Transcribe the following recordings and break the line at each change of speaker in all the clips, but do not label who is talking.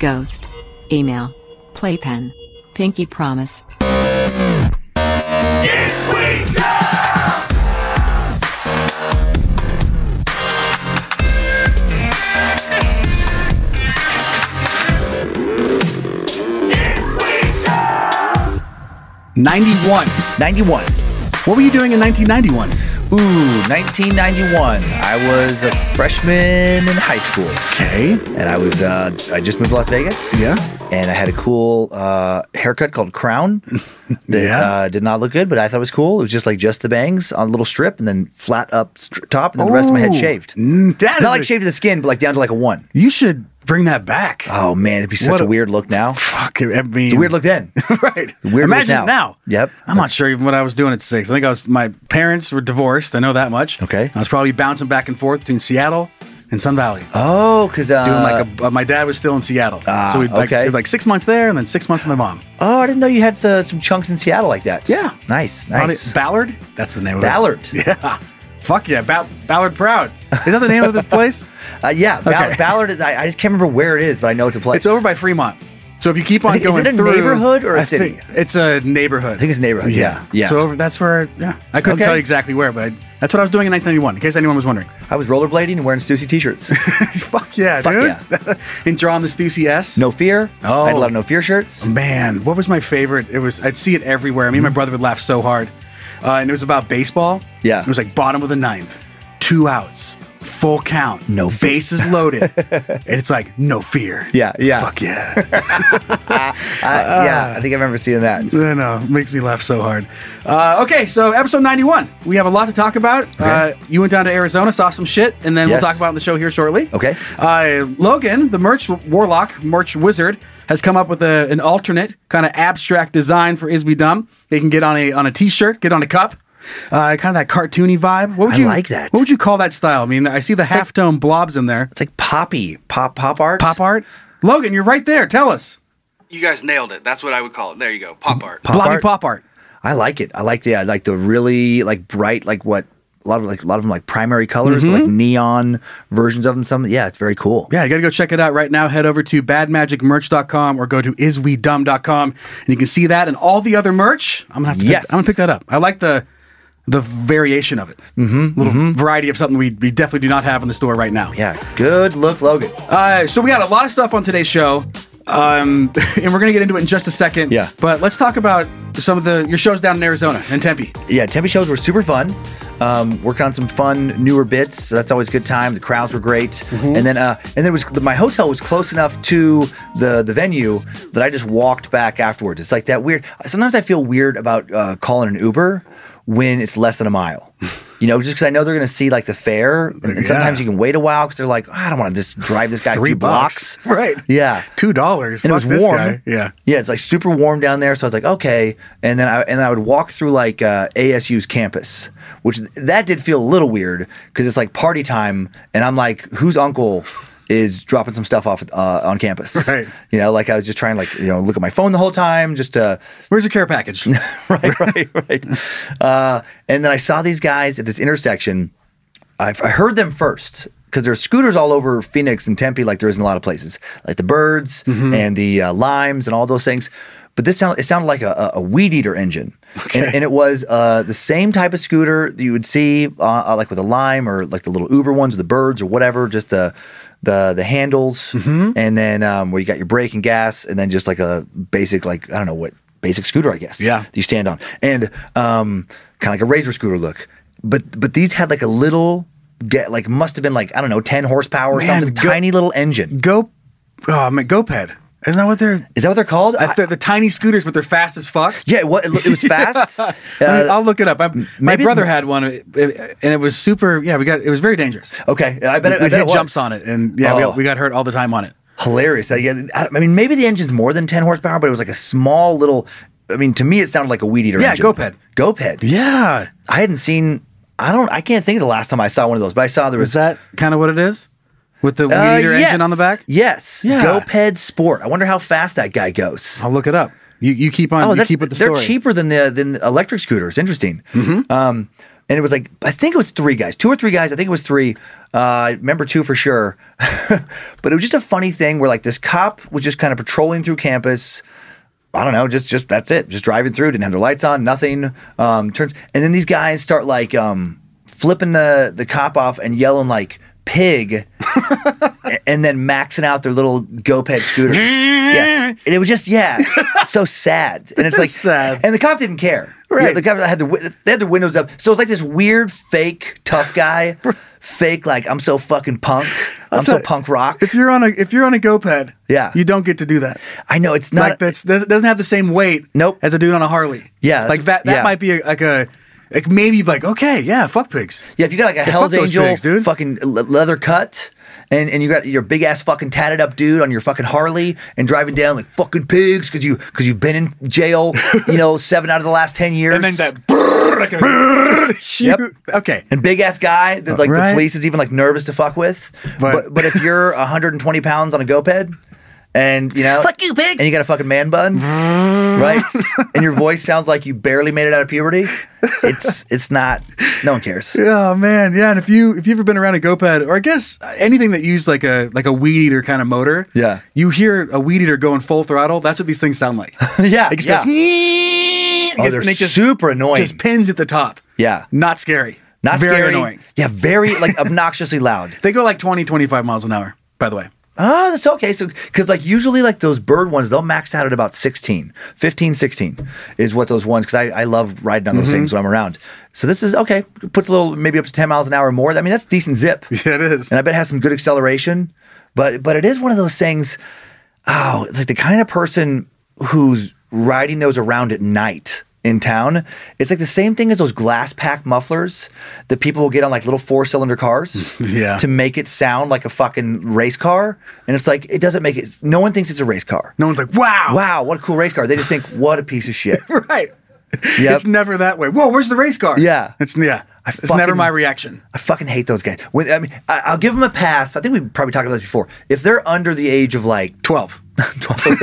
Ghost. Email. Playpen. Pinky Promise.
Ninety-one.
91.
What were you doing in 1991?
Ooh, 1991. I was a freshman in high school,
Okay.
and I was uh, I just moved to Las Vegas.
Yeah.
And I had a cool uh, haircut called crown that
Yeah.
uh, did not look good, but I thought it was cool. It was just like just the bangs on a little strip, and then flat up st- top, and then the rest of my head
Oh,
shaved.
mm, that
not
is
like
a-
shaved to the skin, but like down to like a one.
You should bring that back.
Oh man, it'd be such
What
a,
a-
weird look now.
Fuck. I mean,
It's a weird look then.
right.
Weird look
Imagine
now.
it now.
Yep.
I'm not sure even what I was doing at six. I think I was my parents were divorced. I know that much.
Okay.
I was probably bouncing back and forth between Seattle and Sun Valley.
Oh, because uh,
Doing like a, uh, my dad was still in Seattle,
Ah,
so we'd like,
okay.
we'd like six months there and then six months with my mom.
oh, I didn't know you had uh, some chunks in Seattle like that.
Yeah.
nice, nice.
Ballard, that's the name of
Ballard.
it. Yeah, fuck yeah, ba- Ballard Proud. Is that the name of the place?
Uh, yeah, Ball-
Okay.
Ballard. Is, I, I just can't remember where it is, but I know it's a place.
It's over by Fremont. So if you keep on
Is it
going
a
through,
neighborhood or a
I think-
city?
it's a neighborhood.
I think it's a neighborhood, yeah. Yeah.
So over, that's where. Yeah, I couldn't
Okay.
tell you exactly where, but I, that's what I was doing in 1991. In case anyone was wondering.
I was rollerblading and wearing Stussy t-shirts.
Fuck yeah,
Fuck
dude. and drawing the Stussy S.
no fear.
Oh.
I had a lot of no fear shirts.
Man, what was my favorite? It was I'd see it everywhere. Me and my
Mm-hmm.
brother would laugh so hard, uh, and it was about baseball.
Yeah.
it was like bottom of the ninth, two outs, full count,
No fear.
bases loaded, and it's like no fear.
Yeah, yeah.
Fuck yeah.
I- yeah, I think I remember seeing that.
I know. it Makes me laugh so hard. Uh, okay, so episode 91. We have a lot to talk about. Uh, you went down to Arizona, saw some shit, and then
Yes.
we'll talk about it on the show here shortly.
Okay.
Uh, Logan, the merch warlock, merch wizard, has come up with a, an alternate kind of abstract design for Isby Dumb. They can get on a on a t-shirt, get on a cup. Uh, kind of that cartoony vibe. What would
I
you
like that.
What would you call that style? I mean, I see the half tone blobs in there.
It's like poppy, pop, pop art.
Pop art. Logan, you're right there. Tell us.
You guys nailed it. That's what I would call it. There you go. Pop art.
Pop
Blobby
art.
pop art.
I like it. I like the I like the really like bright like what a lot of like a lot of them like primary colors, but like neon versions of them. Some yeah, it's very cool.
Mm-hmm. Yeah, you got to go check it out right now. Head over to badmagicmerch.com or go to iswedumb.com and you can see that and all the other merch. I'm going to have to
Yes.
pick, I'm going to pick that up. I like the the variation of it. Mm-hmm, Little variety of something we, we definitely do not have in the store right now.
Yeah, good look, Logan.
Uh, so we got a lot of stuff on today's show. Um, and we're going to get into it in just a second.
Yeah.
But let's talk about some of the your shows down in Arizona and Tempe.
yeah, Tempe shows were super fun. Um, working on some fun newer bits. So that's always a good time. The crowds were great,
Mm-hmm.
and then uh, and then it was my hotel was close enough to the the venue that I just walked back afterwards. It's like that weird. Sometimes I feel weird about uh, calling an Uber when it's less than a mile. You know, just because I know they're going to see like the fare, and, and sometimes
Yeah.
you can wait a while because they're like, "Oh, I don't want to just drive this guy three blocks.
Right.
Yeah.
$2.
And
Fuck
it was
this
warm.
guy. Yeah.
Yeah, it's like super warm down there. So I was like, okay. And then I and I would walk through like uh, ASU's campus, which that did feel a little weird because it's like party time, and I'm like, whose uncle is dropping some stuff off uh, on campus?
Right.
You know, like I was just trying to like you know look at my phone the whole time just to
Where's your care package?
right, right, right. Uh, and then I saw these guys at this intersection. I, I heard them first because there's scooters all over Phoenix and Tempe, like there is in a lot of places, like the Birds and the uh, Limes and all those things. But this sound it sounded like a, a, a weed eater engine. and, and it was uh, the same type of scooter that you would see, uh, uh, like with a lime or like the little Uber ones, the birds or whatever, just the the the handles, and then um, where you got your brake and gas, and then just like a basic like I don't know what basic scooter I guess.
Yeah.
that you stand on, and um, kind of like a razor scooter look, but but these had like a little. Get like must have been like I don't know ten horsepower or
Man,
something
go-
tiny little engine
Go, oh, man, GoPed. Isn't that what they're?
is that what they're called
I, they're the tiny scooters, but they're fast as fuck.
Yeah, it, wa- it, lo- it was fast. Uh,
I mean, I'll look it up. I, my
maybe it's-
brother had one, uh, and it was super. Yeah, we got it was very dangerous.
okay, Oh, I bet it, I
we
bet it
hit
was.
jumps on it, and yeah, we,
Oh.
got, we got hurt all the time on it.
Hilarious. I, yeah, I I mean, maybe the engine's more than ten horsepower, but it was like a small little. I mean, to me, it sounded like a weed eater.
Yeah,
engine.
GoPed.
GoPed.
Yeah,
I hadn't seen. I don't. I can't think of the last time I saw one of those, but I saw there was
is that kind of what it is with the weed
Uh,
eater
yes.
engine on the back?
Yes.
Yeah.
GoPed Sport. I wonder how fast that guy goes.
I'll look it up. You you keep on. you
Oh, that's-
keep with the
they're
story. Mm-hmm.
cheaper than the than electric scooters. Interesting. Um, and it was like I think it was three guys, two or three guys. I think it was three. Uh, I remember two for sure. but it was just a funny thing where like this cop was just kind of patrolling through campus. I don't know, just just that's it, just driving through. Didn't have their lights on, nothing. Um, turns and then these guys start like um, flipping the the cop off and yelling like pig. a- and then maxing out their little GoPed scooters. yeah. And it was just, yeah, so sad. And it's like,
sad.
and the cop didn't care. Right. the cop had the wi- they had their windows up. So it was like this weird fake tough guy, fake like I'm so fucking punk. I'm so
tell-
punk rock.
If you're on a if you're on a GoPed,
Yeah.
you don't get to do that.
I know it's not
like that's that doesn't have the same weight.
Nope.
as a dude on a Harley.
Yeah, that's-
like that. That
yeah.
might be a, like a like maybe like okay, yeah, fuck pigs.
Yeah, if you got like a
fuck
Hell's
those
Angel
pigs, dude.
fucking le- leather cut, and, and you got your big ass fucking tatted up dude on your fucking Harley and driving down like fucking pigs because you because you've been in jail, you know, seven out of the last ten years.
And then that brrr, like a
Yep.
huge- okay.
And big ass guy that like
Right.
the police is even like nervous to fuck with.
But-
But but, if you're 120 pounds on a GoPed and you know
Fuck you, pigs!
and you got a fucking man bun, right? And your voice sounds like you barely made it out of puberty. It's it's not. No one cares.
Oh man, yeah. And if you if you've ever been around a GoPed or I guess anything that used like a like a weed eater kind of motor,
Yeah.
you hear a weed eater going full throttle. That's what these things sound like.
Yeah,
it just
yeah.
goes. "Eeeeeeeeeeeeeeeeeeeeeeeeeeeeeeeeeeeeeeeeeeeeeeeeee,"
Oh, they're super annoying.
Just pins at the top.
Yeah.
not scary.
Not
very
scary.
annoying.
Yeah, very like obnoxiously loud.
They go like 20, 25 miles an hour. By the way,
Oh, that's okay. So, because like usually like those bird ones, they'll max out at about 16, 15, 16 is what those ones, because I, I love riding on those things when I'm around. So this is okay. Puts a little, maybe up to 10 miles an hour more. I mean, that's decent zip.
yeah, it is.
And I bet it has some good acceleration, but, but it is one of those things. Oh, it's like the kind of person who's riding those around at night in town. It's like the same thing as those glass pack mufflers that people will get on like little four cylinder cars
Yeah.
to make it sound like a fucking race car. And it's like, it doesn't make it, no one thinks it's a race car.
No one's like, wow,
Wow, what a cool race car. They just think, what a piece of shit.
right.
Yep.
It's never that way. Whoa, where's the race car?
Yeah.
It's yeah.
I
it's
fucking-
never my reaction.
I fucking hate those guys. When, I mean, I, I'll give them a pass. I think we probably talked about this before. If they're under the age of like
12.
12.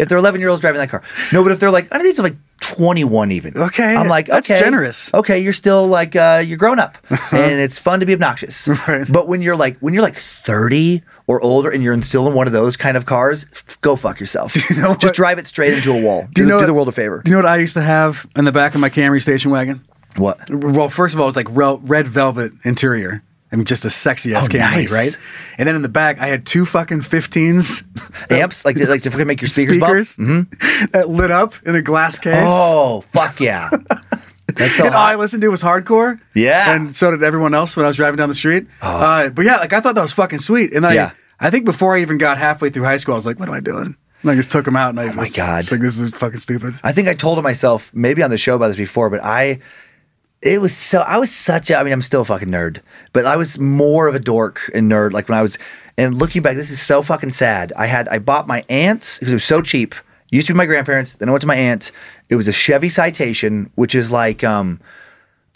if they're 11 year olds driving that car. No, but if they're like, I think it's like 21 even.
Okay,
I'm like,
that's
okay.
generous. Uh-huh.
Okay, you're still like, uh, you're grown up and it's fun to be obnoxious.
Right.
But when you're like, when you're like 30 or older and you're still in one of those kind of cars, f- go fuck yourself. Just drive it straight into a wall. Do, do the world a favor.
Do you know what I used to have in the back of my Camry station wagon?
what?
Well, first of all, it was like rel- red velvet interior. I mean, just a sexy ass
Oh,
Camry,
nice.
right? And then in the back, I had two fucking 15s.
Amps? Like, like to fucking make your speakers, bump? Mm-hmm.
that lit up in a glass case.
Oh, fuck yeah. That's so
and all I
hot.
listened to was hardcore.
Yeah. Oh.
And so did everyone else when I was driving down the street. Uh, but yeah, like I thought that was fucking sweet. And then
Yeah.
I, I think before I even got halfway through high school, I was like, what am I doing? And I just took them out and I
Oh my
was
God.
just like, this is fucking stupid.
I think I told myself maybe on the show about this before, but I it was so I was such a I mean I'm still a fucking nerd, but I was more of a dork and nerd like when I was and looking back this is so fucking sad. I had I bought my aunt's because it was so cheap. Used to be my grandparents, then I went to my aunt's. It was a Chevy Citation, which is like um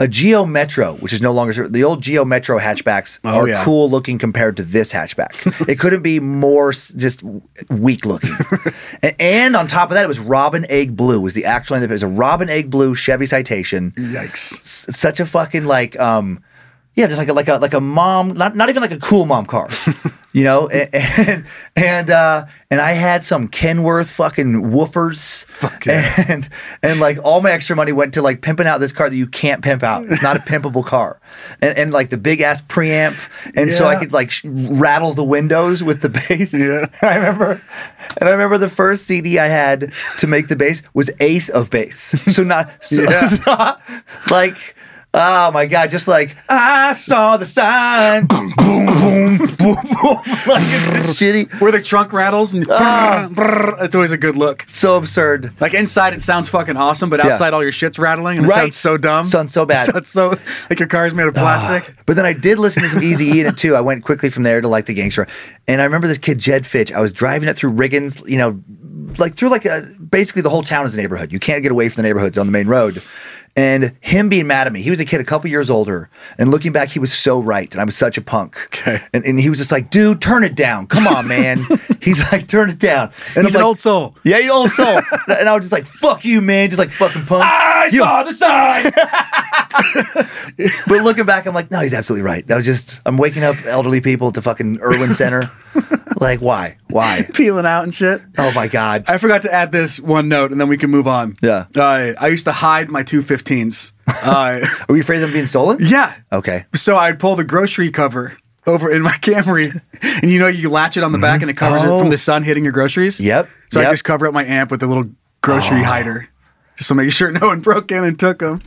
a Geo Metro, which is no longer the old Geo Metro hatchbacks are
yeah.
cool looking compared to this hatchback. it couldn't be more s- just w- weak looking. and, and on top of that, it was Robin Egg Blue was the actual name. It was a Robin Egg Blue Chevy Citation.
Yikes.
S- such a fucking like um, yeah, just like a, like a like a mom, not not even like a cool mom car. you know, and and and, uh, and I had some Kenworth fucking woofers, and and like all my extra money went to like pimping out this car that you can't pimp out. It's not a pimpable car, and and like the big ass preamp, and so I
Yeah.
could like sh- rattle the windows with the bass.
Yeah.
I remember, and I remember the first CD I had to make the bass was Ace of Bass. So not, so
Yeah.
it's not like. Oh my god! Just like I saw the sign, boom, boom, boom, boom, boom. like it's shitty,
Where the trunk rattles and
Ah.
brrr, it's always a good look.
so absurd.
Like inside, it sounds fucking awesome, but
Yeah.
outside, all your shit's rattling and it
Right.
sounds so dumb.
Sounds so bad. Ah.
Sounds so like your car's made of plastic.
But then I did listen to some Easy E in it too. I went quickly from there to like the gangster. And I remember this kid, Jed Fitch. I was driving it through Riggins, you know, like through like a, basically the whole town is a neighborhood. You can't get away from the neighborhoods on the main road. And him being mad at me, he was a kid a couple years older. And looking back, he was so right. And I was such a punk. Okay. And, and he was just like, dude, turn it down. Come on, man. He's like, turn it down. And
He's
I'm
an
like,
old soul.
Yeah, you old soul. and I was just like, fuck you, man. Just like fucking punk.
I saw the sign.
But looking back, I'm like, no, he's absolutely right. That was just I'm waking up elderly people at the fucking Irwin Center. like, why? Why?
Peeling out and shit.
Oh my god.
I forgot to add this one note, and then we can move on.
Yeah.
Uh, I used to hide my two fifteens. Uh,
Are you afraid of them being stolen?
yeah.
Okay.
So I'd pull the grocery cover over in my Camry, and you know you latch it on the back, and it covers it from
Oh.
the sun hitting your groceries.
Yep,
So I
yep. Oh.
just cover up my amp with a little grocery hider, just to make sure no one broke in and took them.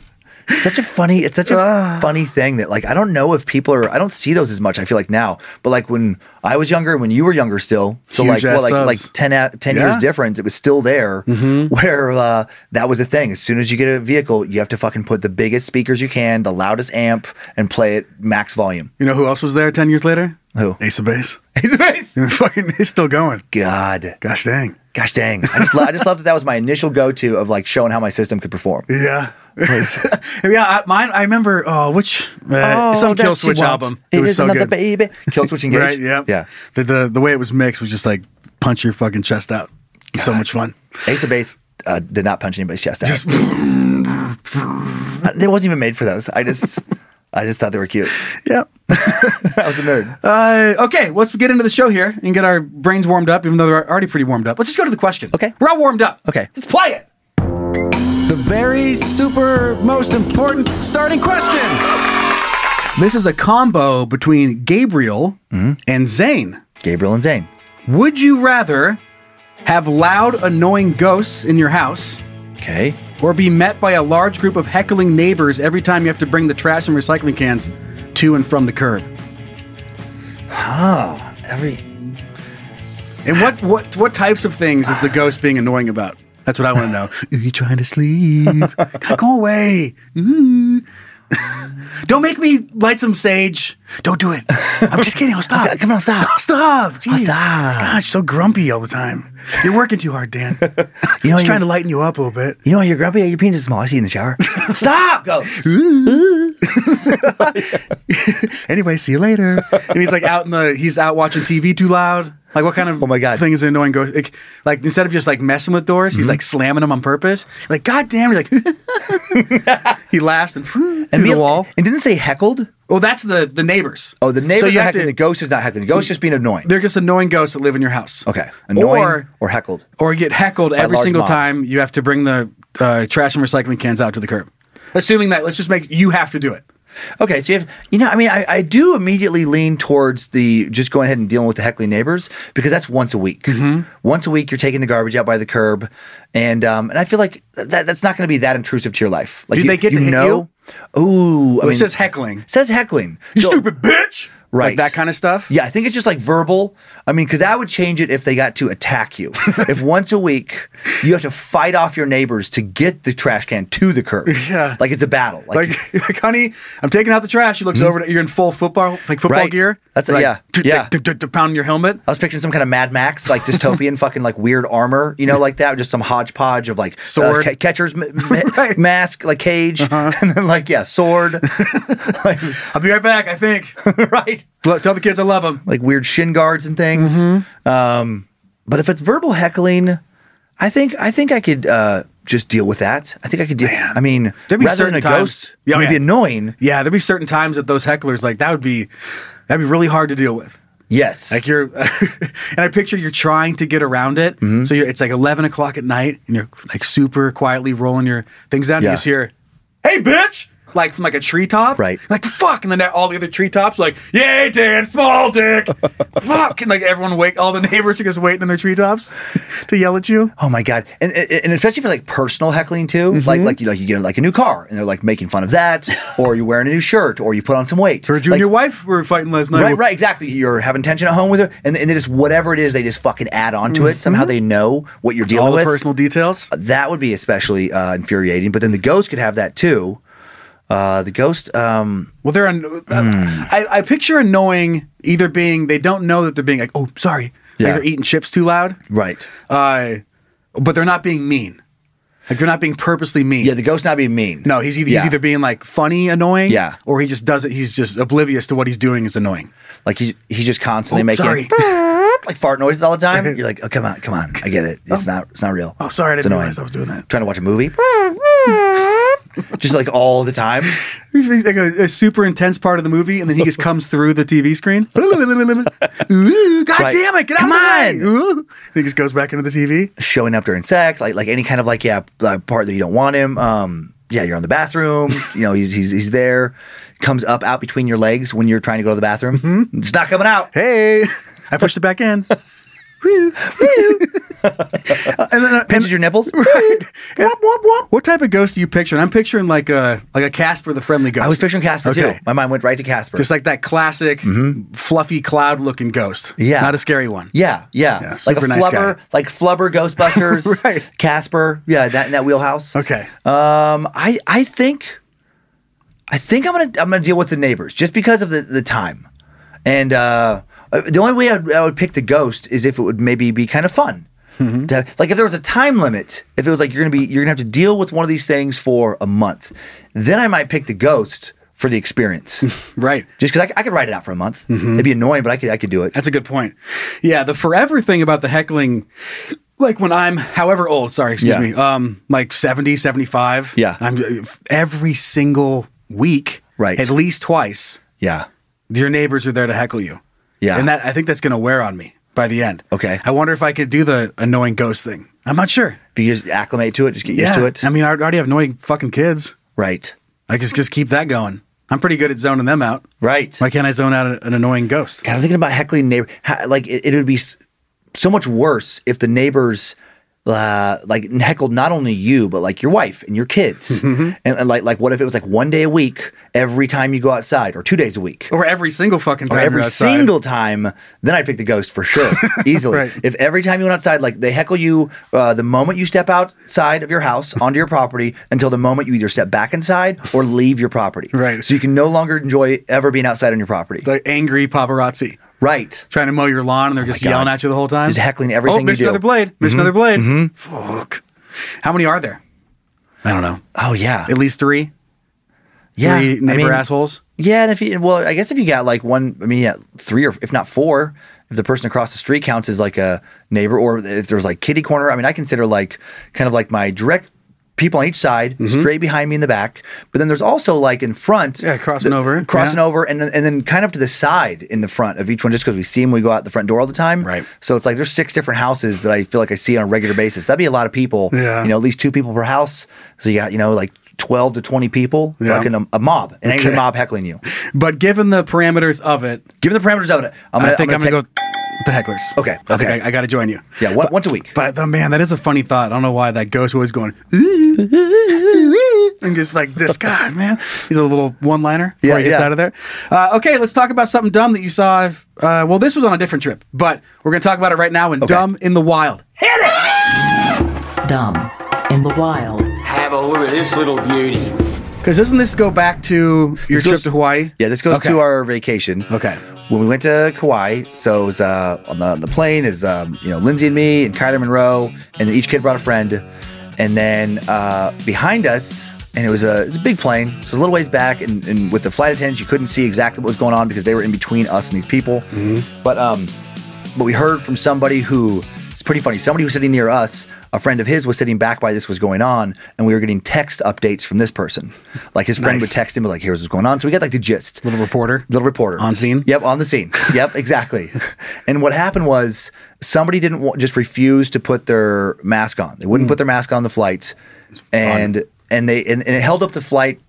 It's such a funny it's such a funny thing that like I don't know if people are I don't see those as much, I feel like now. But like when I was younger and when you were younger still, so
Huge
like well,
ass
like
subs.
like 10, a- 10
Yeah. Mm-hmm.
years difference, it was still there where uh, that was a thing. As soon as you get a vehicle, you have to fucking put the biggest speakers you can, the loudest amp, and play it max volume.
You know who else was there ten years later?
Who?
Ace of Base.
His face.
Fucking, he's still going.
God.
Gosh dang.
Gosh dang! I just lo- I just loved that that was my initial go to of like showing how my system could perform.
Yeah. yeah, I, mine. I remember. Oh, which uh, some
that
Kill
she
Switch
wants
album. It, was
is
so
another
good.
baby. Kill switch engage.
Right. Yeah.
yeah.
The, the the way it was mixed was just like punch your fucking chest out. It was So much fun.
Ace of Base uh, did not punch anybody's chest out. it wasn't even made for those. I just I just thought they were cute.
Yeah.
I was a nerd.
Uh, okay, let's get into the show here and get our brains warmed up, even though they're already pretty warmed up. Let's just go to the question.
Okay.
We're all warmed up.
Okay.
Let's play it.
The very super most important starting question.
This is a combo between Gabriel
Mm-hmm.
and Zane.
Gabriel and Zane.
Would you rather have loud, annoying ghosts in your house
Okay.
or be met by a large group of heckling neighbors every time you have to bring the trash and recycling cans to and from the curb?
Oh, every
And what what what types of things is the ghost being annoying about? That's what I want to know. Are you trying to sleep? God, go away. Ooh. Don't make me light some sage. Don't do it. I'm just kidding. I'll stop.
uh, come on, stop.
I'll stop. Jeez.
stop.
Gosh, so grumpy all the time. You're working too hard, Dan. I
you know
was trying
trying
to lighten you up a little bit.
you know you're grumpy. Your penis is small. I see you in the shower. Stop. Go.
Anyway, see you later. and he's like out in the he's out watching TV too loud. Like what kind of
Oh my God. Mm-hmm.
thing is an annoying ghost? Like, like, instead of just like messing with doors, he's like slamming them on purpose. Like god damn, he's like he laughs and and the
me-
wall.
And didn't it say heckled.
Well, that's the the neighbors.
Oh, the neighbors
So you
are
have
heckling.
to-
the ghost is not heckling. The ghost is just being annoying.
They're just annoying ghosts that live in your house.
Okay. Annoying
Or
or heckled.
or get heckled every
large
single
mob.
time you have to bring the uh, trash and recycling cans out to the curb. Assuming that let's just make you have to do it.
Okay, so you have, you know, I mean, I, I do immediately lean towards the just going ahead and dealing with the heckling neighbors because that's once a week.
Mm-hmm.
Once a week, you're taking the garbage out by the curb, and um, and I feel like that that's not going to be that intrusive to your life. Like
Do
you,
they get
you
to hit
know? Ooh, I
Well,
mean,
it says heckling.
says heckling. So-
bitch!
Right.
Like that kind of stuff.
Yeah, I think it's just like verbal. I mean, because that would change it if they got to attack you. if once a week you have to fight off your neighbors to get the trash can to the curb,
Yeah.
like it's a battle. Like, Hmm?
like, like, honey, I'm taking out the trash. She looks over, and you're in full football, like football
Right.
gear.
That's a-
like,
yeah. Yeah.
Pounding your helmet.
I was picturing some kind of Mad Max, like dystopian fucking like weird armor, you know, like that, just some hodgepodge of like uh,
Sword.
ca- catcher's m- m-
Right. Uh-huh.
mask, like cage, and then like yeah, sword, like,
I'll be right back. I think.
right,
Look, Tell the kids I love them.
like weird shin guards and things.
Mm-hmm.
Um, but if it's verbal heckling, I think I think I could uh, just deal with that. I think I could deal. I mean,
There'd be
rather
certain
than a
times-
ghost,
Yeah,
it would
yeah.
be annoying.
Yeah, there'd be certain times that those hecklers like that would be that'd be really hard to deal with.
Yes.
Like you're, and I picture you're trying to get around it.
Mm-hmm.
So you're, it's like 11 o'clock at night and you're like super quietly rolling your things down.
Yeah.
You just hear, hey, bitch! Like from like a treetop.
Right.
Like, fuck. And then all the other treetops, like, yay, Dan, small dick. fuck. And like everyone wake, all the neighbors are just waiting in their treetops to yell at you.
Oh my god, and and and especially for like personal heckling too,
Mm-hmm.
like like you like you get like a new car and they're like making fun of that, or you're wearing a new shirt, or you put on some weight.
Her junior
Like,
wife were fighting last night.
Right, right, exactly. You're having tension at home with her, and, and they just whatever it is, they just fucking add on to it. Somehow they know what you're
Mm-hmm.
dealing
All the
with. Uh,
personal details.
that would be especially uh, infuriating. But then the ghost could have that too. Uh, the ghost, um,
Well, they're. An-
hmm.
I, I picture annoying either being they don't know that they're being like, oh, sorry,
Yeah.
like they're eating chips too loud,
right?
uh, but they're not being mean. Like they're not being purposely mean.
Yeah, the ghost not being mean.
no, he's either,
Yeah.
he's either being like funny, annoying,
Yeah.
or he just doesn't. He's just oblivious to what he's doing is annoying.
Like he, he's just constantly
Oh,
making
sorry.
like fart noises all the time. You're like, oh come on, come on, I get it. It's not, it's not real.
Oh, sorry, I
It's
didn't
annoying.
realize I was doing that.
Trying to watch a movie, just like all the time.
He's he's like a, a super intense part of the movie, and then he just comes through the TV screen. Ooh, God
Right.
damn it! Get out
Come
of the way.
on.
Ooh. He just goes back into the TV.
Showing up during sex, like like any kind of like yeah like part that you don't want him. Um, yeah, you're on the bathroom. you know, he's he's he's there. Comes up out between your legs when you're trying to go to the bathroom. It's not coming out.
Mm-hmm. hey, I pushed it back in. Woo, woo. and then, uh, and-
Pinches your nipples.
and- What type of ghost do you picture? And I'm picturing like a like a Casper the Friendly Ghost.
I was picturing Casper
Okay.
too. My mind went right to Casper.
Just like that classic fluffy cloud looking ghost.
Mm-hmm. Yeah.
Not a scary one.
Yeah, yeah,
Yeah,
like
super
a
nice
flubber,
guy.
like flubber Ghostbusters,
Right.
Casper, yeah, that in that wheelhouse.
Okay.
Um, I I think, I think I'm gonna I'm gonna deal with the neighbors just because of the the time, and uh, uh, the only way I'd, I would pick the ghost is if it would maybe be kind of fun.
Mm-hmm.
To have- like if there was a time limit, if it was like you're gonna be you're gonna have to deal with one of these things for a month, then I might pick the ghost for the experience.
Right.
Just because I, c- I could write it out for a month, it'd be annoying, but I could I could do it.
Mm-hmm. That's a good point. Yeah, the forever thing about the heckling like when I'm however old, sorry, excuse
Yeah.
me. Um like 70, 75.
Yeah.
I'm every single week,
Right.
at least twice,
yeah.
your neighbors are there to heckle you.
Yeah.
And that I think that's going to wear on me by the end.
Okay.
I wonder if I could do the annoying ghost thing. I'm not sure.
If you just acclimate to it, just get used to it.
I mean, I already have annoying fucking kids.
right.
I just just keep that going. I'm pretty good at zoning them out.
Right.
Why can't I zone out a- an annoying ghost?
God, I'm thinking about heckling neighbor. How, like it, it would be s- so much worse if the neighbors uh, like heckled not only you but like your wife and your kids.
Mm-hmm.
And, and like like what if it was like one day a week every time you go outside or two days a week.
Or every single fucking time.
Or
you're
every
outside.
single time, then I pick the ghost for sure, easily.
Right.
If every time you went outside, like they heckle you uh, the moment you step outside of your house onto your property until the moment you either step back inside or leave your property,
Right.
So you can no longer enjoy ever being outside on your property,
It's like angry paparazzi
right?
trying to mow your lawn and they're just
Oh God.
yelling at you the whole time.
Just heckling everything
Oh,
you
missed
do. Mm-hmm.
another blade. Missed another blade. Fuck. How many are there? I don't know.
Oh yeah,
At least three.
yeah. I
Three neighbor
mean,
assholes.
Yeah, and if you well, I guess if you got like one, I mean, yeah, three or if not four, if the person across the street counts as like a neighbor, or if there's like kitty corner, I mean, I consider like kind of like my direct people on each side, straight behind me in the back, but then there's also like in front,
Mm-hmm. Yeah, crossing over,
crossing
yeah.
over, and then, and then kind of to the side in the front of each one, just because we see them, we go out the front door all the time,
Right.
So it's like there's six different houses that I feel like I see on a regular basis. That'd be a lot of people,
Yeah.
You know, at least two people per house. So you got you know like. 12 to 20 people,
Yeah.
like in a, a mob, an angry
Okay.
mob heckling you.
But given the parameters of it,
Given the parameters of it, I'm gonna,
I think I'm going to
gonna
go with the hecklers.
Okay,
I think
okay.
I, got to join you.
take- Yeah, what, once a week.
But the, man, that is a funny thought. I don't know why that ghost was going "Ooh, ooh, ooh, ooh," and just like this guy, man. He's a little one-liner before
Yeah,
he gets
yeah.
out of there. Uh, okay, let's talk about something dumb that you saw. Uh, well, this was on a different trip, but we're gonna talk about it right now in Dumb in the Wild.
Dumb. In the wild.
Have a look at this little beauty.
Because doesn't this go back to your
This
trip
goes-
to Hawaii?
Yeah, this goes
Okay.
to our vacation.
Okay.
When we went to Kauai, so it was uh, on the, on the plane is um, you know Lindsay and me and Kyler Monroe, and then each kid brought a friend, and then uh, behind us, and it was a, it was a big plane, so it was a little ways back, and, and with the flight attendants, you couldn't see exactly what was going on because they were in between us and these people,
Mm-hmm.
but um, but we heard from somebody who it's pretty funny. Somebody who was sitting near us a friend of his was sitting back while this was going on, and we were getting text updates from this person. Like his friend would
Nice.
text him, like, "Here's what's going on." So we got like the gist.
Little reporter?
Little reporter
On scene?
Yep, on the scene. Yep, exactly. and what happened was somebody didn't wa- just refuse to put their mask on. They
Hmm.
wouldn't put their mask on the flight, and and they and, and it held up the flight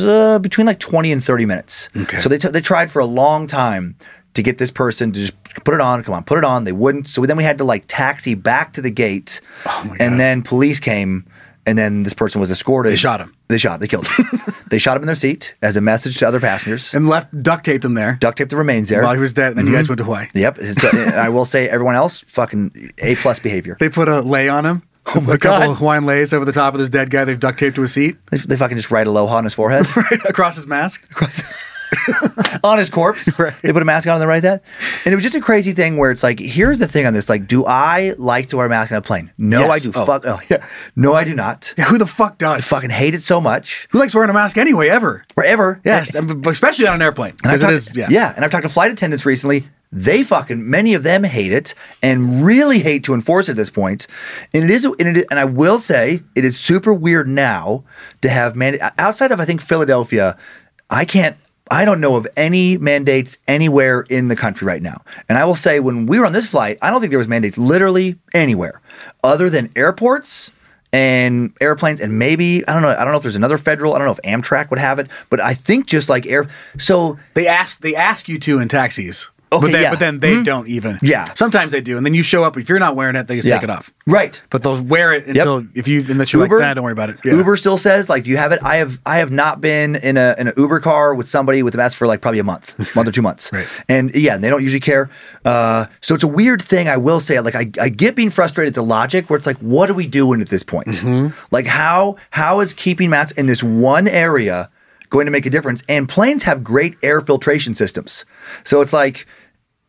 uh, between like 20 and 30 minutes.
Okay.
So they, t- they tried for a long time to get this person to just put it on, come on, put it on. They wouldn't. So then we had to like taxi back to the gate.
Oh
and then police came and then this person was escorted.
They shot him.
They shot, they killed him. they shot him in their seat as a message to other passengers.
and left duct taped him there
Duct taped the remains there. Mm-hmm.
while he was dead. And then you guys went to Hawaii.
Yep. And So, and I will say everyone else, fucking A plus behavior.
They put a lay on him. Oh
my
a couple
God.
of Hawaiian lays over the top of this dead guy. They've duct taped to a seat
They, they fucking just write aloha on his forehead.
across his mask.
on his corpse. They put a mask on and they write that. And it was just a crazy thing where it's like, here's the thing on this: like, do I like to wear a mask on a plane? No,
Yes.
I do.
Oh.
Fuck. Oh, yeah. No, I do not.
Yeah, who the fuck does?
Fucking hate it so much.
Who likes wearing a mask anyway? Ever?
Wherever.
Yes, and- but especially on an airplane
I've
because it
talked-
is. Yeah.
And I've talked to flight attendants recently. They fucking many of them hate it and really hate to enforce it at this point. And it is and it, and I will say it is super weird now to have man outside of I think Philadelphia, I can't I don't know of any mandates anywhere in the country right now. And I will say when we were on this flight, I don't think there was mandates literally anywhere other than airports and airplanes and maybe I don't know I don't know if there's another federal I don't know if Amtrak would have it but I think just like air so
They ask they ask you to in taxis.
Okay,
but then,
yeah. Mm-hmm.
but then they don't even.
Yeah.
Sometimes they do, and then you show up. If you're not wearing it, they just take
Yeah.
it off.
Right.
But they'll wear it until if you unless you're like that, don't worry about it. Yeah.
Uber still says like, do you have it? I have. I have not been in a in an Uber car with somebody with a mask for like probably a month, month or two months.
Right.
And yeah, they don't usually care. Uh, so it's a weird thing. I will say, like, I, I get being frustrated at the logic where it's like, what are we doing at this point?
Mm-hmm.
Like, how how is keeping masks in this one area going to make a difference? And planes have great air filtration systems, so it's like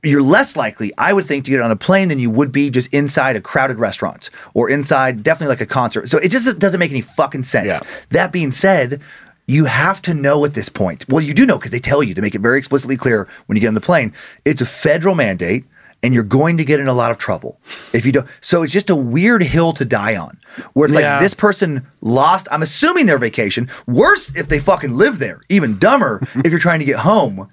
you're less likely, I would think, to get on a plane than you would be just inside a crowded restaurant or inside definitely like a concert. So it just doesn't make any fucking sense.
Yeah.
That being said, you have to know at this point. Well, you do know because they tell you to make it very explicitly clear when you get on the plane. It's a federal mandate and you're going to get in a lot of trouble if you don't. So it's just a weird hill to die on where it's
Yeah.
like this person lost, I'm assuming their vacation. Worse if they fucking live there. Even dumber if you're trying to get home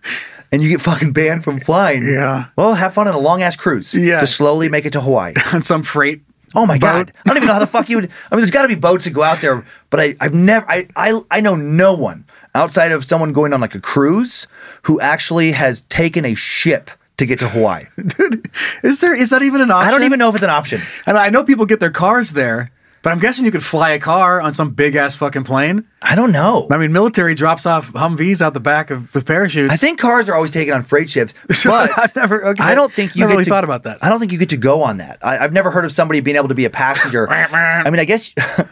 and you get fucking banned from flying.
Yeah.
Well, have fun on a long ass cruise.
Yeah.
To slowly make it to Hawaii.
on some freight.
Oh my
boat.
God. I don't even know how the fuck you would. I mean, there's got to be boats that go out there, but I, I've never, I, I, I know no one outside of someone going on like a cruise who actually has taken a ship to get to Hawaii.
Is there is that even an option?
I don't even know if it's an option.
And I know people get their cars there, but I'm guessing you could fly a car on some big ass fucking plane.
I don't know.
I mean, military drops off Humvees out the back of with parachutes.
I think cars are always taken on freight ships, but
I've never- okay.
I don't think you
Never
get
really
to,
thought about that.
I don't think you get to go on that. I, I've never heard of somebody being able to be a passenger. I mean, I guess I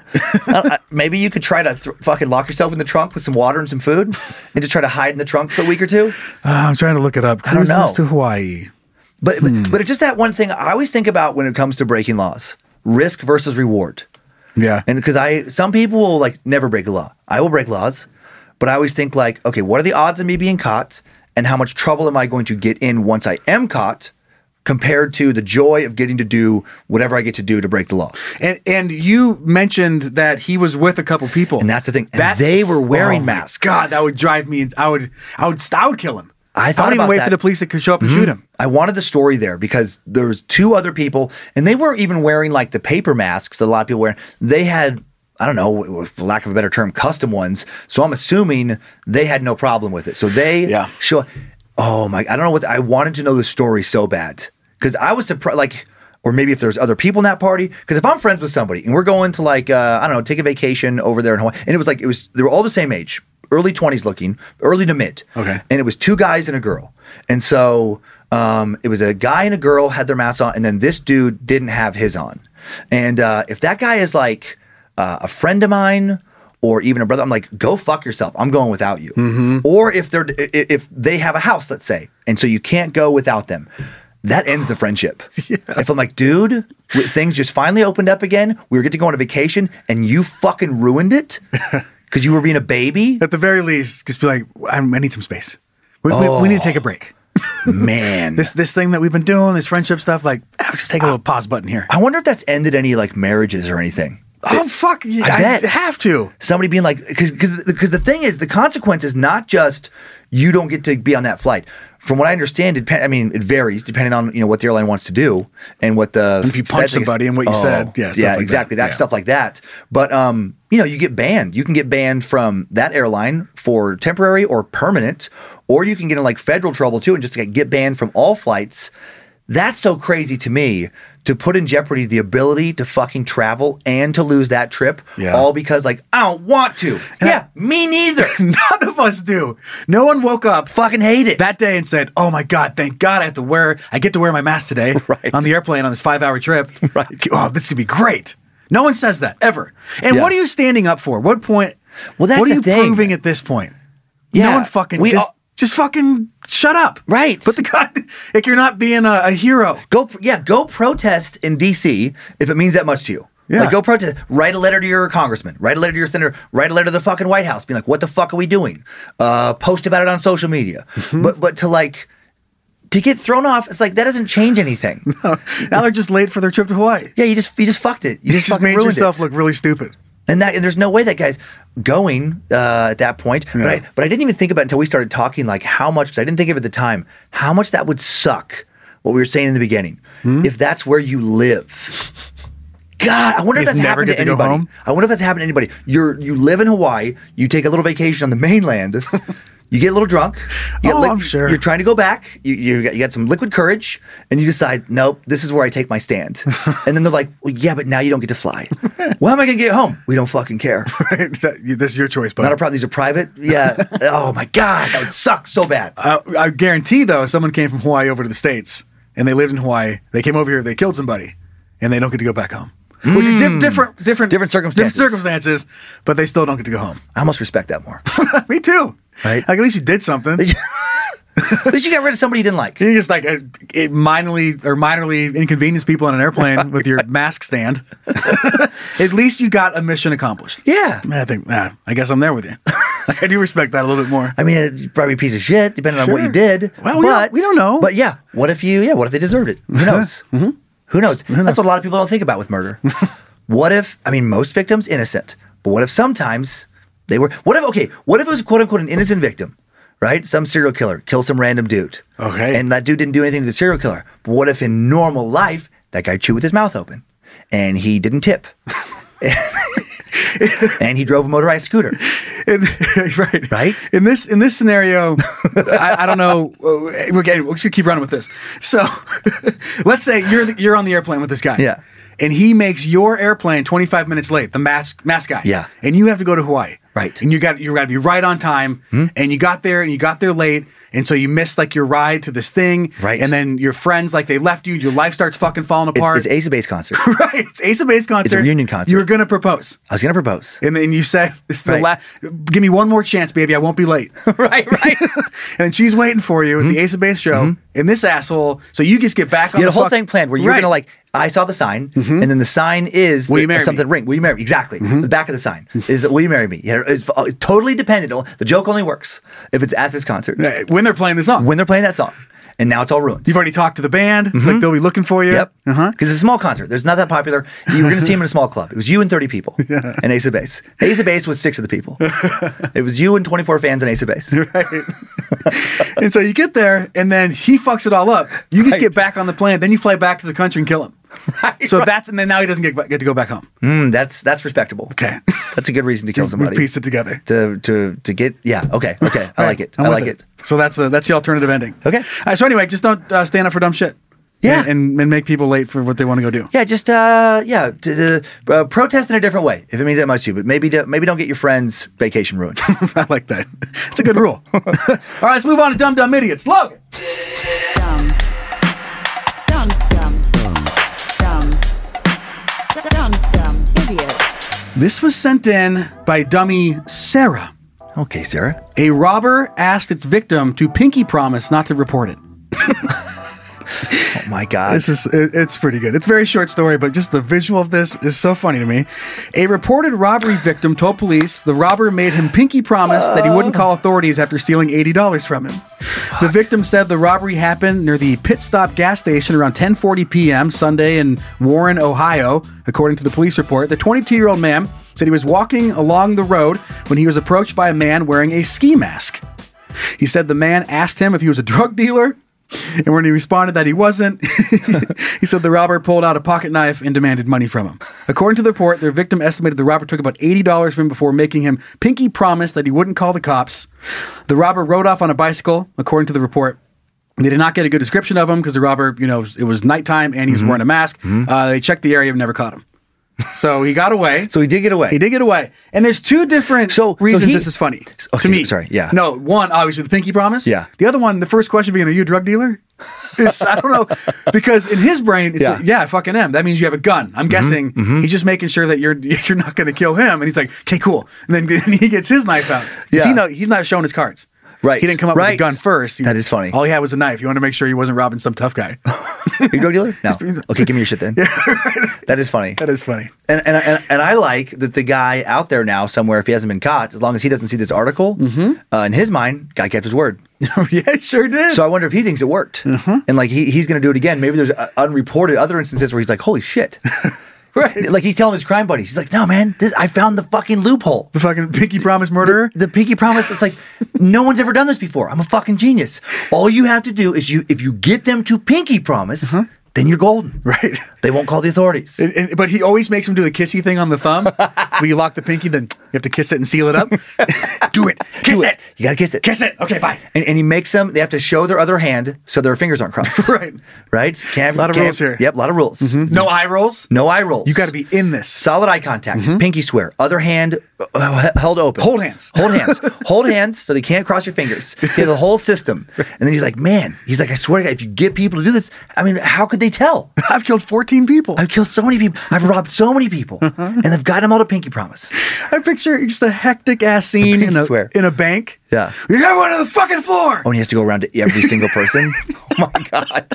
don't- I- maybe you could try to th- fucking lock yourself in the trunk with some water and some food, and just try to hide in the trunk for a week or two.
Uh, I'm trying to look it up.
don't
Cruises
know.
to Hawaii.
But
Hmm.
but, but it's just that one thing I always think about when it comes to breaking laws: risk versus reward.
Yeah.
And because I, some people will like never break a law. I will break laws, but I always think like, okay, what are the odds of me being caught, and how much trouble am I going to get in once I am caught, compared to the joy of getting to do whatever I get to do to break the law.
And and you mentioned that he was with a couple people, Oh
And that's the thing. And they were wearing
my
masks.
God, that would drive me. ins- I would, I would, I would kill him.
I thought
I would even
about
wait
that. Mm-hmm.
for the police to co- show up and shoot him.
I wanted the story there because there was two other people, and they weren't even wearing like the paper masks that a lot of people wear. They had, I don't know, for lack of a better term, custom ones. So I'm assuming they had no problem with it. So they
Yeah.
show. Oh my! I don't know what I wanted to know the story so bad because I was surprised. Like, or maybe if there's other people in that party. Because if I'm friends with somebody and we're going to like uh, I don't know, take a vacation over there in Hawaii, and it was like it was they were all the same age, early 20s looking, early to mid.
Okay.
And it was two guys and a girl. And so um, it was a guy and a girl had their masks on, and then this dude didn't have his on. And uh, if that guy is like uh, a friend of mine or even a brother, I'm like, go fuck yourself. I'm going without you. Or if they're i- i- if they have a house, let's say, and so you can't go without them. That ends the friendship. If I'm like, dude, w- things just finally opened up again. We were getting to go on a vacation, and you fucking ruined it because you were being a baby.
At the very least, just be like, I I need some space. We, we, we need to take a break.
Man.
This this thing that we've been doing, this friendship stuff, like ah, just take a little pause button here.
I wonder if that's ended any like marriages or anything.
Oh fuck! I,
bet.
have to.
Somebody being like, because because the thing is, the consequence is not just you don't get to be on that flight. From what I understand, it, I mean, it varies depending on you know what the airline wants to do and what the
if you punch
fed thing is-
somebody and what you said. Yeah, stuff
yeah,
like that.
exactly that,
Yeah.
stuff like that. But um, you know, you get banned. You can get banned from that airline for temporary or permanent, or you can get in like federal trouble too and just like, get banned from all flights. That's so crazy to me to put in jeopardy the ability to fucking travel and to lose that trip
Yeah.
all because like I don't want to. yeah, me neither.
None of us do. No one woke up
fucking hate it.
that day and said, "Oh my god, thank God I have to wear I get to wear my mask today
Right.
on the airplane on this 5-hour trip." Right. Oh, this could be great. No one says that ever. And
Yeah.
what are you standing up for? What point?
Well, that's
what are
the
you
thing.
proving at this point? No
Yeah.
one fucking
We
just,
all-
just fucking shut up.
Right.
But the god like you're not being a, a hero.
Go, yeah, go protest in D.C. if it means that much to you.
Yeah.
Like, go protest. Write a letter to your congressman. Write a letter to your senator. Write a letter to the fucking White House. Being like, what the fuck are we doing? Uh, post about it on social media.
Mm-hmm.
But, but to like, to get thrown off, it's like that doesn't change anything.
now they're just late for their trip to Hawaii.
yeah, you just you just fucked it.
You
You just,
just
fucking
made
ruined
yourself
it.
look really stupid.
And that and there's no way that guy's going uh, at that point. But I but I didn't even think about it until we started talking like how much 'cause I didn't think of it at the time how much that would suck. What we were saying in the beginning,
Hmm?
if that's where you live. God, I wonder if
You just
that's
never
happened
get to
to,
go
anybody.
home?
I wonder if that's happened to anybody. You're you live in Hawaii, you take a little vacation on the mainland. You get a little drunk. You get
Oh, I'm sure.
You're trying to go back. You, you, got, you got some liquid courage, and you decide, nope, this is where I take my stand. and then they're like, well, yeah, but now you don't get to fly. well, how am I going to get home? We don't fucking care.
That- you- That's your choice,
Not a
bud.
problem. These are private. Yeah. oh my god, that would suck so bad.
I I guarantee though, if someone came from Hawaii over to the states and they lived in Hawaii. They came over here, they killed somebody, and they don't get to go back home. Which are diff- different, different,
Hmm. Different circumstances.
circumstances, but they still don't get to go home.
I almost respect that more.
Me too.
Right.
Like at least you did something.
Did you- At least you got rid of somebody you didn't like.
You just like uh, it minorly or minorly inconvenience people on an airplane with your mask stand. At least you got a mission accomplished.
Yeah.
Man, I think. Nah, I guess I'm there with you. I do respect that a little bit more.
I mean, it's probably a piece of shit, depending on what
Sure.
you did.
Well, we don't-
but
we don't know. Mm-hmm.
But yeah, what if you? Yeah, what if they deserved it? Who knows? Who knows? That's what a lot of people don't think about with murder. what if? I mean, most victims innocent, but what if sometimes they were? What if? Okay, what if it was quote unquote an innocent victim, right? Some serial killer kills some random dude.
Okay.
and that dude didn't do anything to the serial killer. But what if in normal life that guy chewed with his mouth open, and he didn't tip. and he drove a motorized scooter.
In, right,
Right?
In this in this scenario, I, I don't know. uh, We're getting, we're just gonna keep running with this. So, let's say you're the, you're on the airplane with this guy.
Yeah.
And he makes your airplane 25 minutes late. The mask mask guy.
Yeah.
And you have to go to Hawaii.
Right. Hmm?
And you got you got to be right on time. And you got there and you got there late. And so you missed like your ride to this thing.
Right.
And then your friends like they left you. Your life starts fucking falling
It's,
apart.
it's Ace of Base concert.
right. It's Ace of Base concert.
reunion concert.
You were gonna propose.
I was gonna propose.
And then you said, "This is the
Right.
last. Give me one more chance, baby. I won't be late."
right, right. Mm-hmm.
and then she's waiting for you at the Ace of Base show. And this asshole, so you just get back on.
You had
the
a whole
fuck-
thing planned where you're
Right. Mm-hmm.
gonna like. I saw the sign, and then the sign is
Will
the-
you marry me?
something
Mm-hmm.
ring. Will you marry me? Exactly. The back of the sign is Will you marry me? Yeah, It's uh, totally dependent. on- The joke only works if it's at this concert
Uh, when they're playing the song.
when they're playing that song, and now it's all ruined.
You've already talked to the band. Like they'll be looking for you.
Mm-hmm. Yep.
Uh huh.
Because it's a small concert. There's not that popular. You were going to see him in a small club. It was you and 30 people and Ace of Base. Ace of Base was six of the people. it was you and 24 fans and Ace of Base.
and so you get there, and then he fucks it all up. You just
Right.
get back on the plane. Then you fly back to the country and kill him.
Right,
so
right.
that's and then now he doesn't get, get to go back home.
Mm, that's that's respectable.
Okay.
That's a good reason to kill
We
somebody.
pieced it together.
to to to get yeah okay okay I
Right.
like it
I'm
I
with
like it.
So that's the that's the alternative ending.
Okay.
All right, so anyway, just don't uh, stand up for dumb shit.
Yeah.
And, and and make people late for what they want to go do.
yeah just uh yeah to, to, uh, protest in a different way if it means that much to you but maybe do, maybe don't get your friends vacation ruined
I like that. It's a good rule. All right, let's move on to dumb dumb idiots. Logan.
Dumb. Dumb, dumb. Dumb. Dumb, dumb. Idiot.
This was sent in by dummy Sarah.
okay Sarah
A robber asked its victim to pinky promise not to report it.
Oh my god.
This is it- it's pretty good. It's a very short story, but just the visual of this is so funny to me. A reported robbery victim told police the robber made him pinky promise that he wouldn't call authorities after stealing eighty dollars from him. The victim said the robbery happened near the pit stop gas station around 10:40 p.m. Sunday in Warren, Ohio, according to the police report. The 22-year-old man said he was walking along the road when he was approached by a man wearing a ski mask. He said the man asked him if he was a drug dealer, and when he responded that he wasn't, he said the robber pulled out a pocket knife and demanded money from him. According to the report, their victim estimated the robber took about $80 from him before making him pinky promise that he wouldn't call the cops. The robber rode off on a bicycle, according to the report. They did not get a good description of him because the robber, you know, it was nighttime and he was wearing a mask. Uh, they checked the area and never caught him. So he got away.
so he did get away.
He did get away. And there's two different
So- so
reasons
he-
this is funny
Okay,
to me.
sorry, yeah.
No, one, obviously, the pinky promise.
Yeah.
The other one, the first question being, are you a drug dealer? It's- I don't know. Because in his brain, it's
Yeah. Mm-hmm,
like, yeah, I fucking am. That means you have a gun. I'm guessing he's just making sure that you're you're not going to kill him. And he's like, okay, cool. And then and he gets his knife out. 'Cause
Yeah.
He know, he's not showing his cards.
Right,
He didn't come up with
right.
a gun first. He-
That is funny.
All he had was a knife. He wanted to make sure he wasn't robbing some tough guy.
You a drug dealer? No. Okay, give me your shit then. That is funny.
that is funny.
and, and, and, and I like that the guy out there now somewhere, if he hasn't been caught, as long as he doesn't see this article,
Mm-hmm.
uh, in his mind, guy kept his word.
yeah, it sure did.
So I wonder if he thinks it worked,
Mm-hmm.
and like he, he's going to do it again. Maybe there's uh, unreported other instances where he's like, "Holy shit!"
right.
like he's telling his crime buddies, he's like, "No, man, this, I found the fucking loophole."
the fucking pinky promise murderer.
The, the pinky promise. It's like no one's ever done this before. I'm a fucking genius. All you have to do is you if you get them to pinky promise, then you're golden.
Uh-huh. Right.
They won't call the authorities.
And- and- but he always makes him do the kissy thing on the thumb. When you lock the pinky, then you have to kiss it and seal it up. do it. Kiss
Do
it.
You gotta kiss it.
Kiss it. Okay, bye.
And, and he makes them. They have to show their other hand so their fingers aren't crossed.
Right.
Right. Can't,
A lot of
can't-
rules here.
Yep. A lot of rules.
No eye rolls.
No eye rolls.
You got to be in this.
Solid eye contact, pinky swear, other hand uh, he- held open.
Hold hands.
Hold hands. hold hands so they can't cross your fingers. He has a whole system. And then he's like, man, he's like, I swear to God, if you get people to do this, I mean, how could they tell?
I've killed 14 people.
I've killed so many people. I've robbed so many people. And I've gotten them all to pinky promise.
I picture just a hectic ass scene in
pinky
a,
swear.
in a bank.
Yeah.
You got one on the fucking floor.
Oh, and he has to go around to every single person. oh my God.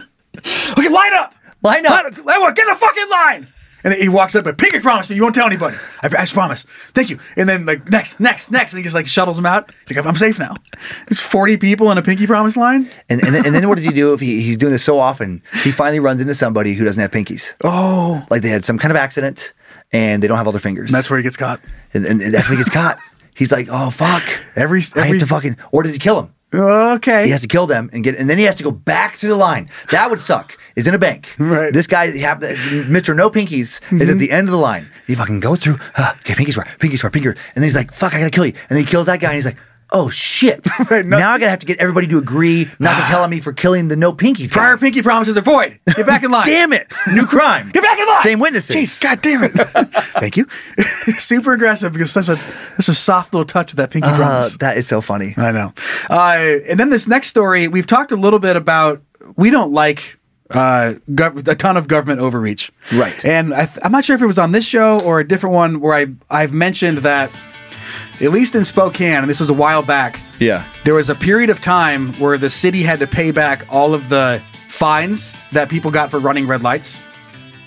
Okay, line up.
Line up.
Line line up. Get in the fucking line. And then he walks up and pinky promise me you won't tell anybody. I, I just promise. Thank you. And then like next, next, next, and he just like shuttles him out. He's like, I'm safe now. There's 40 people in a pinky promise line.
And, and, then, and then what does he do if he, he's doing this so often? He finally runs into somebody who doesn't have pinkies.
Oh,
Like they had some kind of accident and they don't have all their fingers.
that's where he gets caught.
and, and, and that's when he gets caught. He's like, oh fuck,
Every-
I
every-
have to fucking, or does he kill him?
Okay.
He has to kill them and get, and then he has to go back through the line. That would suck. Is in a bank.
Right. Mm-hmm.
This guy, he hap- Mr. No Pinkies, is at the end of the line. He fucking goes through. Uh, okay, pinkies were, pinkies were, pinkies were, and then he's like, fuck, I gotta kill you. And then he kills that guy, and he's like. Oh shit!
Right, no- Ah.
now I gotta have to get everybody to agree not to tell on me for killing the no pinkies. guy.
Prior pinky promises are void. Get back in line.
Damn it! New crime.
Get back in line.
Same witnesses.
Jeez, God damn it. Thank you. Super aggressive because that's a that's a soft little touch with that pinky
Uh,
promise.
that is so funny.
I know. Uh, and then this next story, we've talked a little bit about we don't like uh, gov- a ton of government overreach,
Right.
And I th- I'm not sure if it was on this show or a different one where I I've mentioned that at least in Spokane, and this was a while back.
Yeah.
there was a period of time where the city had to pay back all of the fines that people got for running red lights.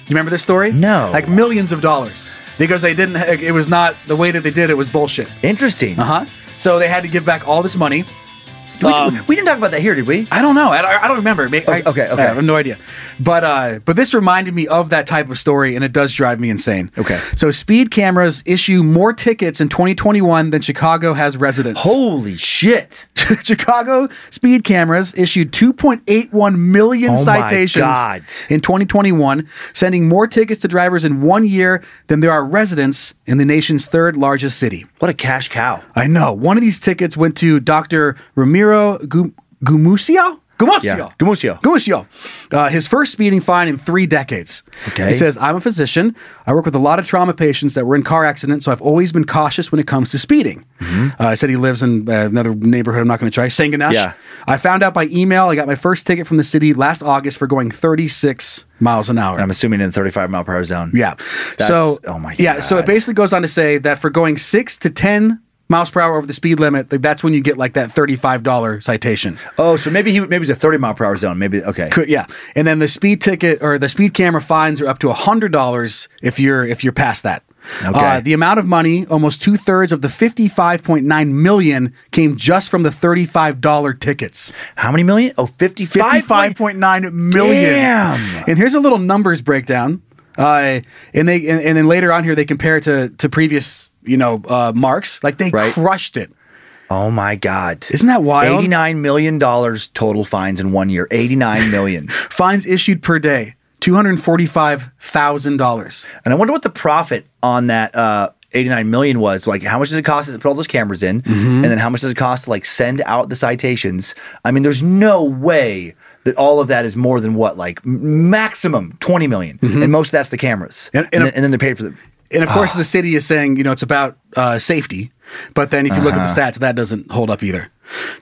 You remember this story?
No.
like millions of dollars because they didn't. It was not the way that they did it was bullshit.
Interesting.
Uh huh. So they had to give back all this money.
Did we,
Um,
we didn't talk about that here, did we?
I don't know. I, I- I don't remember. May- I,
Okay, okay.
I have no idea. But uh, but this reminded me of that type of story, and it does drive me insane.
Okay.
So speed cameras issue more tickets in 2021 than Chicago has residents.
Holy shit.
Chicago speed cameras issued 2.81 million
Oh my
citations
God.
in 2021, sending more tickets to drivers in one year than there are residents in the nation's third largest city.
What a cash cow.
I know. One of these tickets went to Dr. Ramiro Gum- Gumucio. Gumucio.
Yeah, Gumucio.
Gumucio. Uh, his first speeding fine in three decades.
Okay.
He says, I'm a physician. I work with a lot of trauma patients that were in car accidents, so I've always been cautious when it comes to speeding. Uh, I said he lives in uh, another neighborhood I'm not going to try, Sanganash.
Mm-hmm. Yeah.
I found out by email I got my first ticket from the city last August for going 36 miles an hour.
I'm assuming in 35 mile per hour zone.
Yeah.
That's-
so
oh my
Yeah. So it
God.
basically goes on to say that for going six to ten miles per hour over the speed limit, like, that's when you get like that $35 citation.
Oh, so maybe he maybe it's a 30 mile per hour zone. Maybe okay.
Could yeah, and then the speed ticket or the speed camera fines are up to hundred dollars if you're if you're past that.
Okay.
Uh, the amount of money, almost two thirds of the fifty-five point nine million, came just from the thirty-five dollar tickets.
How many million? Oh, 55.
Fifty-five point nine million.
Damn.
And here's a little numbers breakdown. Uh, and they and, and then later on here they compare it to to previous you know uh, marks. Like they
Right.
crushed it.
Oh my God.
Isn't that wild?
89 million dollars total fines in one year. 89 million.
Fines issued per day. Two hundred forty-five thousand dollars.
and I wonder what the profit on that uh 89 million was like how much does it cost to put all those cameras in and then how much does it cost to like send out the citations i mean there's no way that all of that is more than what like m- maximum 20 million. and most of that's the cameras
And-
Mm-hmm. and,
and a-
then, and then they're paid for the
And of
Ah.
course, the city is saying, you know, it's about uh, safety. But then if you look at
Uh-huh.
the stats, that doesn't hold up either.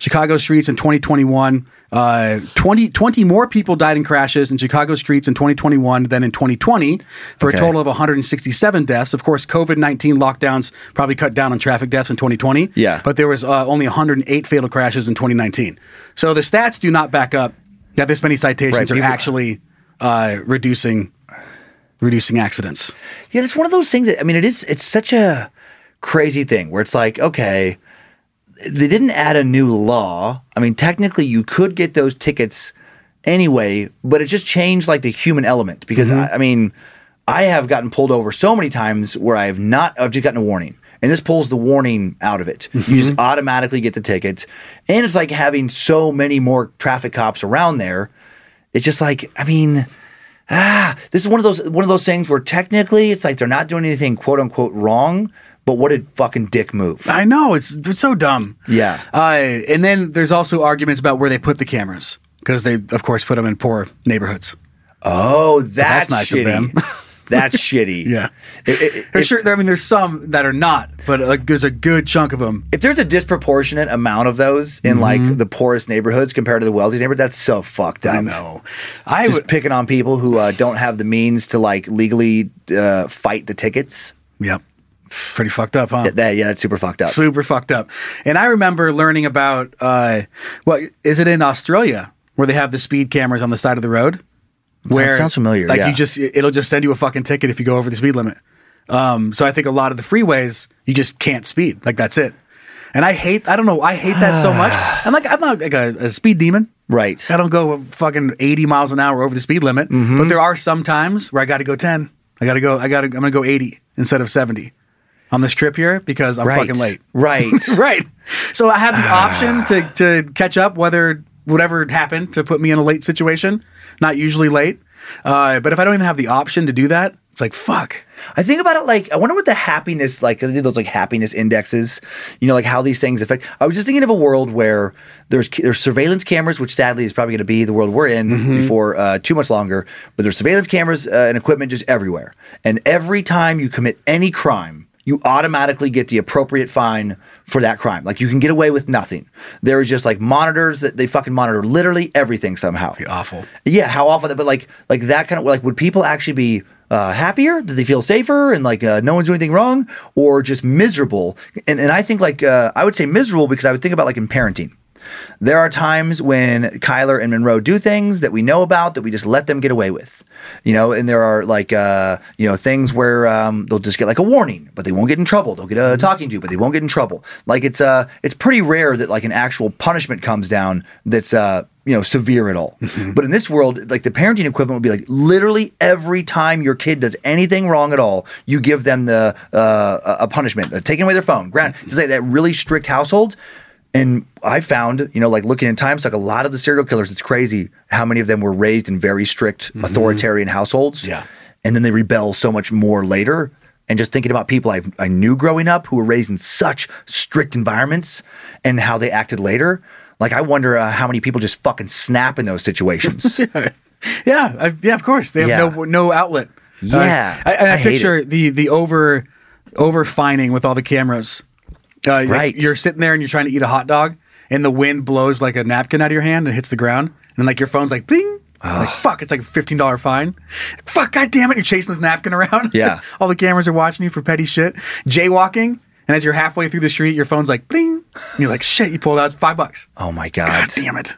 Chicago streets in 2021, uh, 20, 20 more people died in crashes in Chicago streets in 2021 than in 2020 for a
Okay.
total of 167 deaths. Of course, COVID 19 lockdowns probably cut down on traffic deaths in 2020.
Yeah.
But there was uh, only 108 fatal crashes in 2019. So the stats do not back up that this many citations
Right,
are
people-
actually uh, reducing reducing accidents.
Yeah, it's one of those things that I mean, it is. It's such a crazy thing where it's like, okay, they didn't add a new law. I mean, technically, you could get those tickets anyway, but it just changed like the human element because I, I mean, I have gotten pulled over so many times where I have not. I've just gotten a warning. And this pulls the warning out of it. You just automatically get the tickets. And it's like having so many more traffic cops around there. It's just like, I mean, ah, this is one of those one of those things where technically it's like they're not doing anything quote unquote wrong, but what a fucking dick move.
I know it's, it's so dumb.
Yeah.
Uh, and then there's also arguments about where they put the cameras because they, of course, put them in poor neighborhoods.
Oh, that's,
that's nice of
shitty.
them.
that's shitty.
Yeah.
It- it-
There's
it-
sure, I mean, there's some that are not, but uh, there's a good chunk of them.
if there's a disproportionate amount of those in like the poorest neighborhoods compared to the wealthy neighborhoods, that's so fucked up.
I know. I
Just
would.
picking on people who uh, don't have the means to like legally uh, fight the tickets.
Yep. Pretty fucked up, huh?
That, that- yeah, that's super fucked up.
Super fucked up. And I remember learning about uh, what is it in Australia where they have the speed cameras on the side of the road?
sounds familiar,
Like
yeah.
you just, it'll just send you a fucking ticket if you go over the speed limit. Um, so I think a lot of the freeways you just can't speed. Like that's it. And I hate, I don't know, I hate that so much. I'm like, I'm not like a, a speed demon.
Right.
I don't go fucking 80 miles an hour over the speed limit.
Mm-hmm.
But there are some times where I got to go 10. I got to go, I got to, I'm going to go 80 instead of 70 on this trip here because I'm
Right.
fucking late
Right. Ah.
right. So I have the option to to catch up, whether whatever happened to put me in a late situation. Not usually late, uh, but if I don't even have the option to do that, it's like fuck.
I think about it like I wonder what the happiness like 'cause they do those like happiness indexes, you know, like how these things affect. I was just thinking of a world where there's there's surveillance cameras, which sadly is probably going to be the world we're in before uh, too much longer. But there's surveillance cameras uh, and equipment just everywhere, and every time you commit any crime, you automatically get the appropriate fine for that crime. Like you can get away with nothing. There is just like monitors that they fucking monitor literally everything somehow.
Awful.
Yeah, how awful that, but like, like that kind of like, would people actually be uh, happier? Did they feel safer and like uh, no one's doing anything wrong, or just miserable? And and I think like uh, I would say miserable because I would think about like in parenting. There are times when Kyler and Monroe do things that we know about that we just let them get away with, you know. And there are like uh, you know things where um, they'll just get like a warning, but they won't get in trouble. They'll get a talking to, but they won't get in trouble. Like it's uh it's pretty rare that like an actual punishment comes down that's uh you know severe at all. But in this world, like the parenting equivalent would be like literally every time your kid does anything wrong at all, you give them the uh, a a punishment, uh, taking away their phone. Grant, it's like that really strict household. And I found, you know, like looking in time, like a lot of the serial killers, it's crazy how many of them were raised in very strict authoritarian households.
Yeah.
And then they rebel so much more later. And just thinking about people I, I knew growing up who were raised in such strict environments and how they acted later. Like, I wonder uh, how many people just fucking snap in those situations.
Yeah, I, yeah, of course they have
Yeah.
no no outlet.
Yeah,
uh, I, and I,
I hate
picture the the over over fining with all the cameras. Uh, like,
Right.
you're sitting there and you're trying to eat a hot dog, and the wind blows like a napkin out of your hand and hits the ground, and like your phone's like bing. Like fuck, it's like a fifteen dollar fine. Fuck, god damn it, you're chasing this napkin around.
Yeah.
all the cameras are watching you for petty shit. Jaywalking, and And as you're halfway through the street, your phone's like, bling. And you're like, shit, you pulled out five bucks.
Oh my god.
Damn it.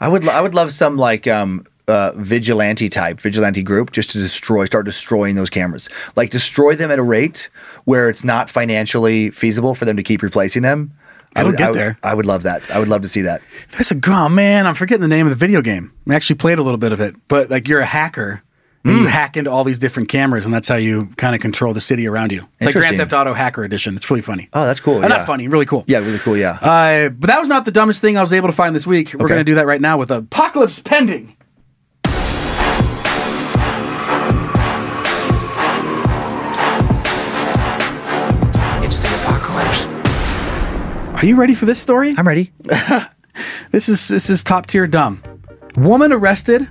I would lo- I would love some like um uh, vigilante type vigilante group just to destroy start destroying those cameras like destroy them at a rate where it's not financially feasible for them to keep replacing them I
It'll
would
get
I would-
there.
I would love that I would love to see that
There's a oh man, I'm forgetting the name of the video game. I actually played a little bit of it, but like you're a hacker and
Hmm.
you hack into all these different cameras, and that's how you kind of control the city around you. It's like Grand
Interesting.
Theft Auto Hacker Edition. It's really funny.
Oh, that's cool,
Uh,
yeah.
Not funny, really cool.
yeah really cool yeah
Uh, but that was not the dumbest thing I was able to find this week. We're
Okay.
going to do that right now with Apocalypse Pending.
It's the apocalypse.
Are you ready for this story?
I'm ready
This is this is top tier dumb. Woman arrested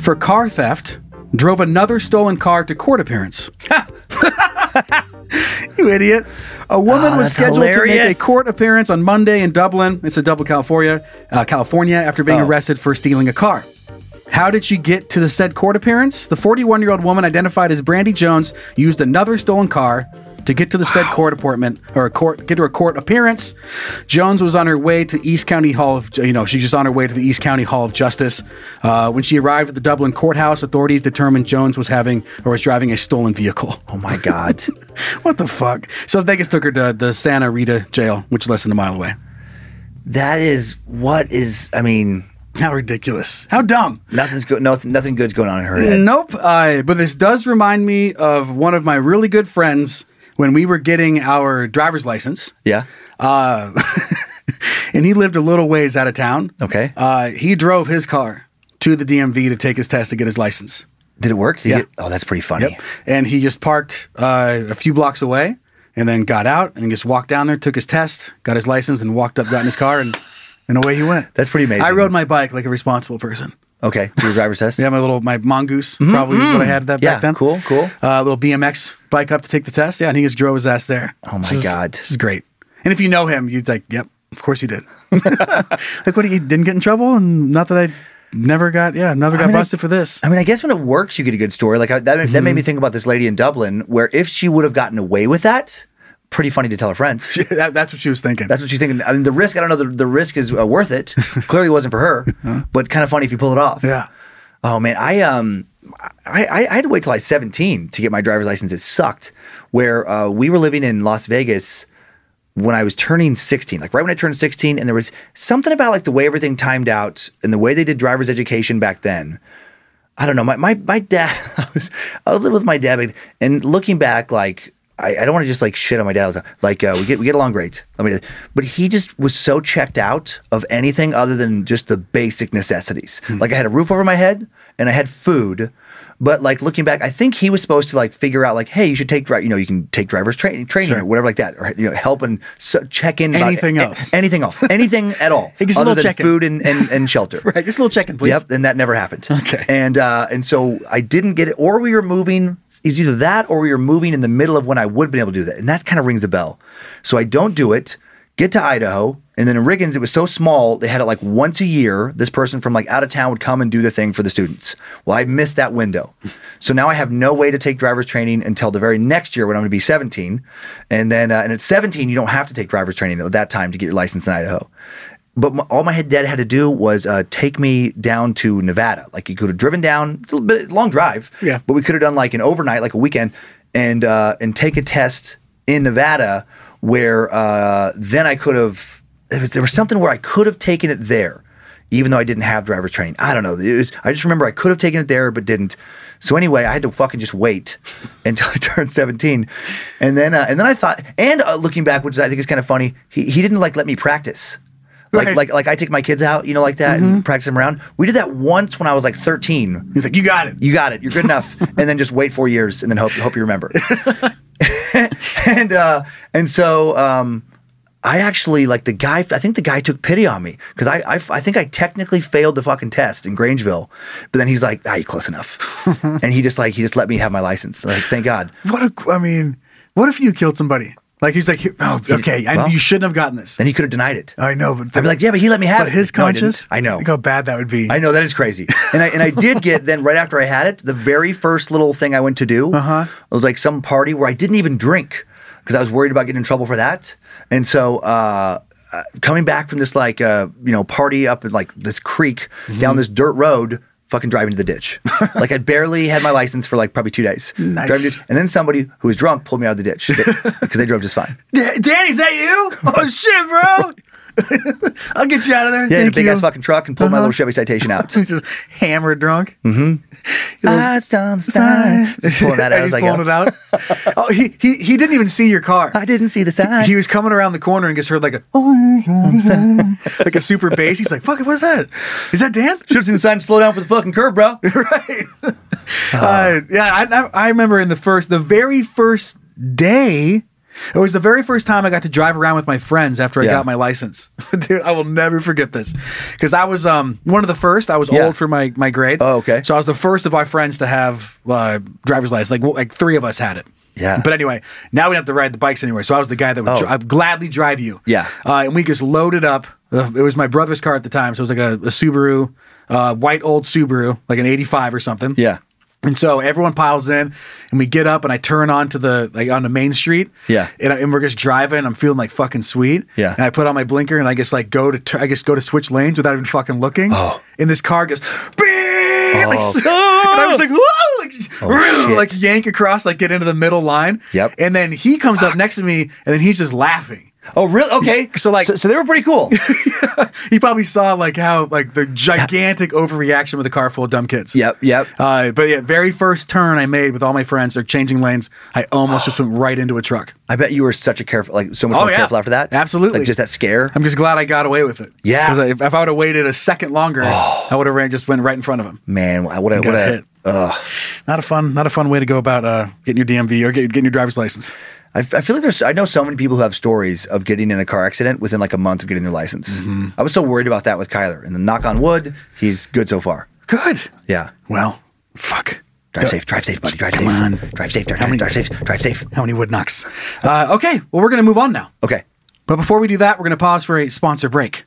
for car theft drove another stolen car to court appearance. you idiot. A woman
Oh,
was
that's
scheduled to make
hilarious.
a court appearance on Monday in Dublin. It's a Dublin, California, uh, California after being
Oh.
arrested for stealing a car. How did she get to the said court appearance? The 41 year old woman identified as Brandy Jones used another stolen car to get to the said court appointment or a court get to a court appearance. Jones was on her way to East County Hall of you know she's just on her way to the East County Hall of Justice. Uh, when she arrived at the Dublin courthouse, authorities determined Jones was having or was driving a stolen vehicle.
oh my god
what the fuck? So they just took her to the Santa Rita jail, which is less than a mile away.
that is what is I mean
How ridiculous! How dumb!
nothing's good nothing nothing good's going on in her head
Nope. Uh, but this does remind me of one of my really good friends when we were getting our driver's license.
yeah
Uh, and he lived a little ways out of town.
Okay.
Uh, he drove his car to the DMV to take his test to get his license.
did it work Did you
Yeah.
get- oh that's pretty funny
And he just parked uh, a few blocks away and then got out and just walked down there, took his test, got his license, and walked up, got in his car, and, and away he went.
That's pretty amazing.
I rode my bike like a responsible person.
okay for your driver's test
Yeah, my little my mongoose probably is what I had that
Mm-hmm. Mm. Yeah,
back then.
cool, cool.
Uh, little BMX bike up to take the test. Yeah, and he just drove his ass there.
Oh my
This is-
God.
this is great. And if you know him, you'd like, yep, of course you did. like, what? He didn't get in trouble, and not that I never got. Yeah, never got
mean, I-
busted for this.
I mean, I guess when it works, you get a good story. Like I, that, that
Mhm.
made me think about this lady in Dublin, where if she would have gotten away with that, pretty funny to tell her friends.
that, that's what she was thinking.
That's what she's thinking. I mean, the risk, I don't know, the, the risk is uh, worth it. Clearly wasn't for her, but kind of funny if you pull it off.
yeah.
Oh man, I um, I, I, I had to wait till I was seventeen to get my driver's license. It sucked. Where uh, we were living in Las Vegas when I was turning sixteen, like right when I turned sixteen, and there was something about like the way everything timed out and the way they did driver's education back then. I don't know. My my, my dad, I was I was living with my dad, like, and looking back, like I, I don't want to just like shit on my dad. all the time. Like uh, we get we get along great. I mean, but he just was so checked out of anything other than just the basic necessities.
Hmm.
Like I had a roof over my head and I had food. But like looking back, I think he was supposed to like figure out like, hey, you should take dri- you know you can take driver's training training or whatever like that, or you know help and so- check in about
Anything
a-
else.
anything else, anything at all,
Hey, just a
other
little
than
check-in.
food and, and and shelter.
Right, just a little check-in, please.
Yep, and that never happened.
Okay.
And uh, and so I didn't get it, or we were moving. It's either that, or we were moving in the middle of when I would have been able to do that, and that kind of rings a bell. So I don't do it. Get to Idaho, and then in Riggins, it was so small they had it like once a year. This person from like out of town would come and do the thing for the students. Well, I missed that window, so now I have no way to take driver's training until the very next year when I'm going to be 17, and then uh, and at 17 you don't have to take driver's training at that time to get your license in Idaho but my, all my head dad had to do was uh, take me down to Nevada. Like he could have driven down it's a little bit long drive,
Yeah.
But we could have done like an overnight, like a weekend, and uh, and take a test in Nevada where uh, then I could have. There was- there was something where I could have taken it there, even though I didn't have driver's training. I don't know. It was, I just remember I could have taken it there, but didn't. So anyway, I had to fucking just wait until I turned seventeen, and then uh, and then I thought, and uh, looking back, which I think is kind of funny, he he didn't like let me practice. Like,
Right. Mm-hmm.
like like I take my kids out, you know, like that, and practice them around. We did that once when I was like 13.
He's like, you got it.
You got it. You're good enough, and then just wait four years, and then hope hope you remember. and uh, and so um, I actually like the guy. I think the guy took pity on me because I, I I think I technically failed the fucking test in Grangeville, but then he's like, "Ah, you close enough," and he just like he just let me have my license. Like, thank God.
What? A, I mean, what if you killed somebody? Like he's like, oh, okay, I,
Well-
you shouldn't have gotten this.
Then he could have denied it.
I know, but
I'd be like, yeah, but he let me have
Uh, But
it.
his
No, I didn't.
conscience.
I know.
Think how bad that would be.
I know that is crazy, and I and I did get then right after I had it, the very first little thing I went to do, uh-huh. it was like some party where I didn't even drink. because I was worried about getting in trouble for that. And so uh, uh, coming back from this like uh, you know party up in like this creek
Mm-hmm.
down this dirt road. Fucking driving to the ditch. like I barely had my license for like probably two days.
Nice.
Driving to- and then somebody who was drunk pulled me out of the ditch because they drove just fine.
D- Danny's that you? Oh shit, bro! I'll get you out of there.
Yeah, in a
Thank
big
you.
ass fucking truck and pulled my
Uh-huh.
little Chevy Citation out.
He's just hammered drunk.
Mm-hmm. Einstein. Just pulling that out. I
He's
was like,
pulling it out. oh, he, he he didn't even see your car.
I didn't see the sign.
He was coming around the corner and gets heard like a like a super bass. He's like, "Fuck it, what's that? Is that Dan?"
Should have seen the sign. Slow down for the fucking curve, bro.
right. Uh, yeah, I, I- I remember in the first, the very first day, it was the very first time I got to drive around with my friends after I
Yeah.
got my license. Dude, I will never forget this because I was um one of the first. I was
Yeah.
old for my my grade.
Oh, okay.
So I was the first of my friends to have uh, driver's license. Like w- like three of us had it.
Yeah.
But anyway, now we don't have to ride the bikes anywhere. So I was the guy that would
Oh.
dri- I'd gladly drive you.
Yeah.
Uh, and we just loaded up. Uh, it was my brother's car at the time, so it was like a, a Subaru, uh, white old Subaru, like an '85 or something.
Yeah.
And so everyone piles in, and we get up, and I turn onto the like onto Main Street.
Yeah.
And, I, and we're just driving. I'm feeling like fucking sweet.
Yeah.
And I put on my blinker, and I just like go to tur- I just go to switch lanes without even fucking looking.
Oh.
And this car goes. "Beep," Like,
Oh.
so- and I was like, whoa, like,
Oh, shit.
like yank across, like get into the middle line.
Yep.
And then he comes up next to me, and then he's just laughing.
Oh, really? Okay.
So, like-
so, so they were pretty cool.
He probably saw like how like the gigantic overreaction with a car full of dumb kids.
Yep, yep.
Uh, but yeah, very first turn I made with all my friends, they're changing lanes. I almost just went right into a truck.
I bet you were such a careful, like so much
Oh,
Oh. more
yeah.
careful after that.
Absolutely.
Like just that scare.
I'm just glad I got away with it.
Yeah. Oh.
because if, if I would have waited a second longer, I would have ran just went right in front of him.
Man, what a, what
got
a,
hit. Not a fun, not a fun way to go about uh, getting your DMV or get, getting your driver's license.
I, f- I feel like there's. I know so many people who have stories of getting in a car accident within like a month of getting their license. I was so worried about that with Kyler. And the knock on wood, he's good so far.
Good.
Yeah.
Well, fuck.
Drive safe. Drive safe, buddy. Drive
Come
safe.
on.
Drive safe. Drive,
How
drive,
many-
drive safe. Drive safe.
How many wood knocks? Uh, okay. Well, we're gonna move on now.
Okay.
But before we do that, we're gonna pause for a sponsor break.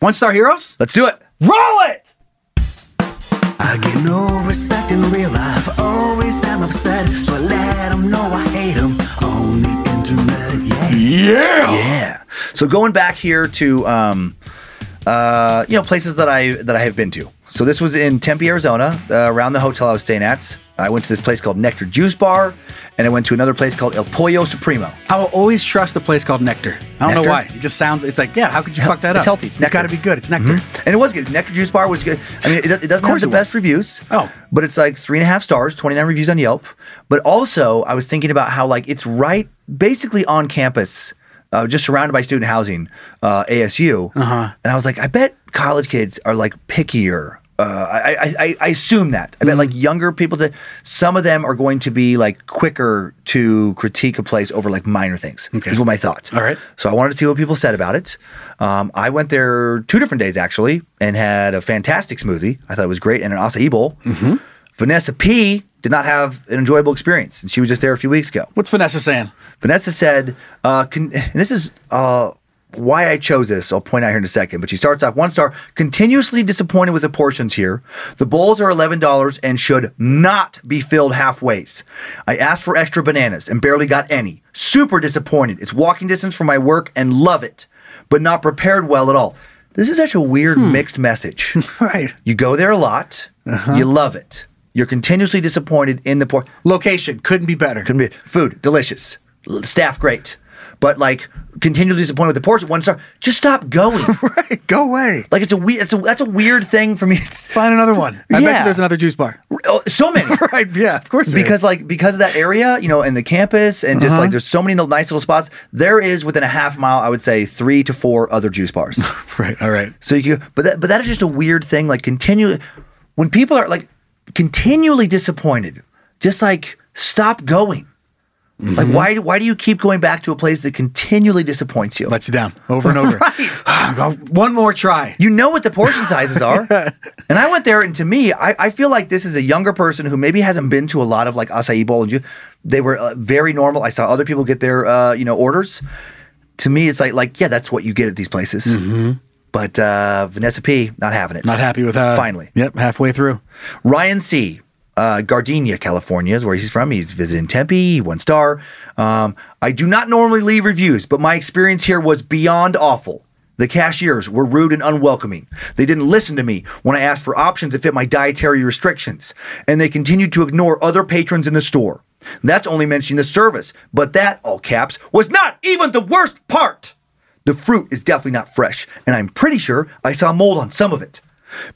One Star Heroes.
Let's do it.
Roll it.
I get no respect in real life. Always am upset, so I let 'em know I hate 'em on the internet. Yeah.
Yeah. So going back here to um, uh, you know places that I that I have been to. So this was in Tempe, Arizona, uh, around the hotel I was staying at. I went to this place called Nectar Juice Bar, and I went to another place called El Pollo Supremo.
I will always trust a place called Nectar. I don't
Nectar?
know why. It just sounds. It's like, yeah. How could you fuck that
it's
up?
healthy. It's
it's got to
nectar. Mm-hmm.
be good. It's Nectar.
And it was good. Nectar Juice Bar was good. I mean, it, it doesn't have
course
the
it was.
best reviews.
Oh.
But it's like three and a half stars, 29 reviews on Yelp. But also, I was thinking about how, like, it's right basically on campus, uh, just surrounded by student housing, uh, ASU. Uh-huh. And I was like, I bet college kids are like pickier. Uh, I, I, I- I assume that. I bet
Mm-hmm.
like younger people, that some of them are going to be like quicker to critique a place over like minor things.
Okay.
Is what my thought.
All right.
So I wanted to see what people said about it. Um, I went
Mm-hmm.
there two different days actually and had a fantastic smoothie. I thought it was great and an acai bowl. Vanessa P did not have an enjoyable experience, and she was just there a few weeks ago.
What's Vanessa saying?
Vanessa said, uh, con- and this is uh, why I chose this. I'll point out here in a second, but she starts off one star, continuously disappointed with the portions here. The bowls are $11 and should not be filled halfways. I asked for extra bananas and barely got any. Super disappointed. It's walking distance from my work and love it, but not prepared well at all. This is such a weird mixed message.
right.
You go there a lot,
Uh-huh.
you love it. You're continuously disappointed in the por-
location. Couldn't be better.
Couldn't be food delicious, L- staff great, but like continually disappointed with the portion. One star. Just stop going.
right, go away.
Like it's a weird. It's a, that's a weird thing for me.
Find another one. I bet you there's another juice bar.
Oh, so many.
right. Yeah. Of course. there
because
is.
like because of that area, you know, and the campus, and just
Uh-huh.
like there's so many little- nice little spots. There is within a half mile, I would say three to four other juice bars.
right. All right.
So you, can, but that, but that is just a weird thing. Like continue, when people are like continually disappointed, just like stop going. Like why why do you keep going back to a place that continually disappoints you?
Lets you down over and over. One more try.
You know what the portion sizes are. And I went there, and to me, I, I feel like this is a younger person who maybe hasn't been to a lot of like acai bowl and you. They were uh, very normal. I saw other people get their uh, you know orders. To me, it's like like yeah, that's what you get at these places. But uh, Vanessa P not having it.
Mm-hmm. Not happy with uh,
Finally,
Yep. Halfway through.
Ryan C. Uh, Gardenia, California is where he's from. He's visiting Tempe, one star. Um, I do not normally leave reviews, but my experience here was beyond awful. The cashiers were rude and unwelcoming. They didn't listen to me when I asked for options that fit my dietary restrictions, and they continued to ignore other patrons in the store. That's only mentioning the service, but that, all caps, was not even the worst part. The fruit is definitely not fresh, and I'm pretty sure I saw mold on some of it.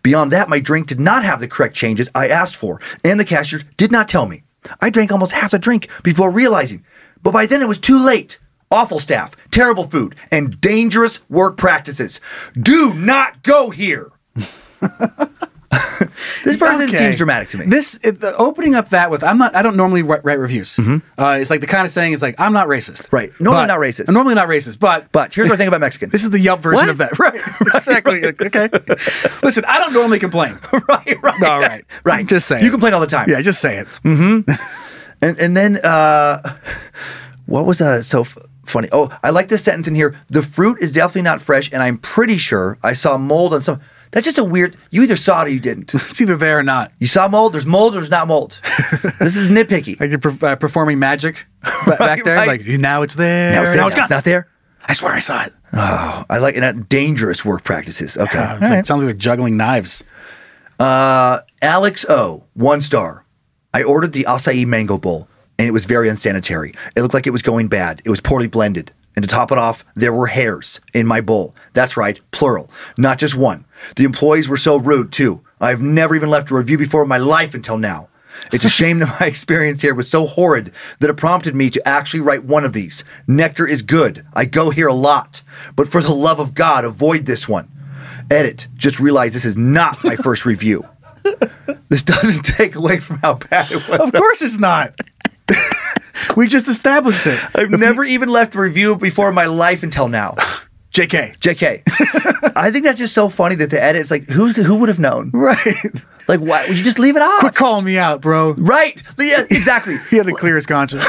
Beyond that, my drink did not have the correct changes I asked for, and the cashiers did not tell me. I drank almost half the drink before realizing, but by then it was too late. Awful staff, terrible food, and dangerous work practices. Do not go here. this person
Okay.
seems dramatic to me.
This it, the, opening up that with I'm not I don't normally write, write reviews. Uh, it's like the kind of saying is like I'm not racist.
Mm-hmm. Right. Normally
But-
not racist.
I'm normally not racist, but
But here's what I think about Mexicans.
this is the Yelp version
What?
of that. Right. Exactly. Okay. Listen, I don't normally complain.
right, right,
All right.
right.
Just say
You
it.
complain Mm. all the time.
Yeah, just say it.
And and then uh, what was uh, so f- funny? Oh, I like this sentence in here. The fruit is definitely not fresh, and I'm pretty sure I saw mold on some. That's just a weird. You either saw it or you didn't.
It's either there or not.
You saw mold. There's mold. or There's not mold. this is nitpicky.
Like you're per- uh, performing magic ba- back there.
right.
Like now it's there.
Now it's, there, now it's
gone.
not there.
I swear I saw it.
Oh, I like and that dangerous work practices. Okay,
Uh, it's like- Sounds like they're juggling knives.
Uh, Alex O, one star. I ordered the acai mango bowl, and it was very unsanitary. It looked like it was going bad. It was poorly blended. And to top it off, there were hairs in my bowl. That's right, plural, not just one. The employees were so rude, too. I've never even left a review before in my life until now. It's a shame that my experience here was so horrid that it prompted me to actually write one of these. Nectar is good. I go here a lot. But for the love of God, avoid this one. Edit. Just realize this is not my first review. This doesn't take away from how bad it was.
Of course it's not. we just established it.
I've never even left a review before in my life until now.
JK.
JK. I think that's just so funny that the edit. It's like who who would have known?
Right.
Like why you just leave it off?
Quit calling me out, bro.
Right. Yeah, exactly.
He had to clear his conscience.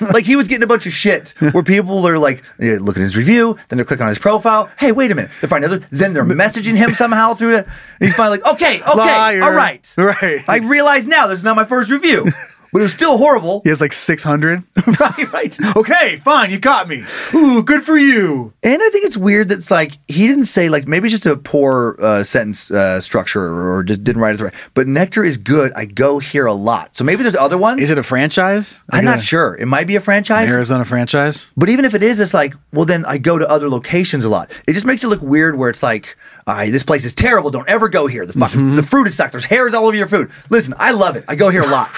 like he was getting a bunch of shit where people are like yeah, look at his review, then they're clicking on his profile. Hey, wait a minute. They find another, then they're messaging him somehow through it. And he's finally like, okay, okay,
Liar.
all right,
Right.
I realize now this is not my first review, but it was still horrible.
He has like 600.
right, right.
okay, fine, you caught me. Ooh, good for you.
And I think it's weird that it's like he didn't say like maybe it's just a poor uh, sentence uh, structure or, or just didn't write it right. But nectar is good. I go here a lot, so maybe there's other ones.
Is it a franchise?
I'm
Like
not
a-
sure. It might be a
an
franchise.
Arizona franchise?
But even if it is, it's like, well, then I go to other locations a lot. It just makes it look weird where it's like, all right, this place is terrible. Don't ever go here. The fucking the fruit is sucked. There's hairs all over your food. Listen, I love it. I go here a lot.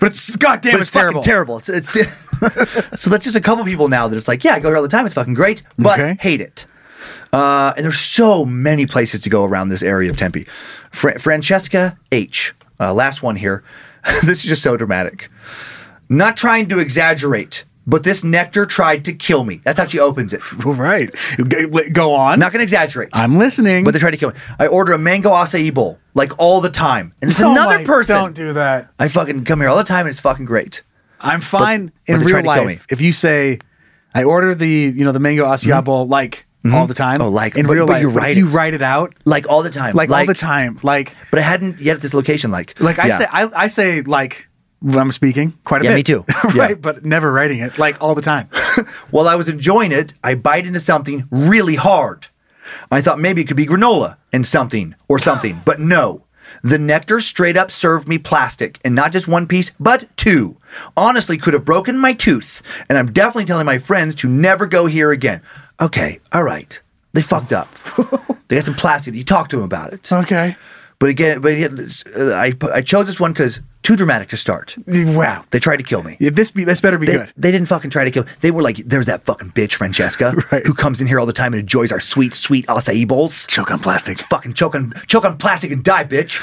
But it's goddamn,
But it's, fucking terrible. It's, it's so that's just a couple people now that it's like, yeah, I go here all the time. It's fucking great, but
Okay.
hate it. Uh, and there's so many places to go around this area of Tempe. Fra- Francesca H. Uh, last one here. this is just so dramatic. Not trying to exaggerate, But this nectar tried to kill me. That's how she opens it.
right. Go on.
Not going to exaggerate.
I'm listening.
But they tried to kill me. I order a mango acai bowl, like all the time. And it's another person.
Oh Don't do that.
I fucking come here all the time and it's fucking great.
I'm fine
but
in
they tried
real
to kill
life. If you say, I order the you know the mango acai bowl like all the time.
Mm-hmm. Oh, like
in
but-
real
but
life.
you
but if
write
you
it.
write it out
Like all the time.
like, all the time. Like
But I hadn't yet at this location. Like,
like I
Yeah.
say I, I say like when I'm speaking quite a
Yeah,
bit.
me too.
right,
Yeah.
but never writing it like all the time.
While I was enjoying it, I bite into something really hard. I thought maybe it could be granola and something or something, but no. The nectar straight up served me plastic, and not just one piece, but two. Honestly, could have broken my tooth, and I'm definitely telling my friends to never go here again. Okay, all right. They fucked up. they got some plastic. You talk to them about it.
Okay.
But again, but again, uh, I, I chose this one because too dramatic to start.
Wow.
They tried to kill me.
Yeah, this be this better be
They,
good.
they didn't fucking try to kill. They were like, "There's that fucking bitch Francesca who comes in here all the time and enjoys our sweet, sweet acai bowls.
Choke on plastic.
It's fucking choke on choke on plastic and die, bitch."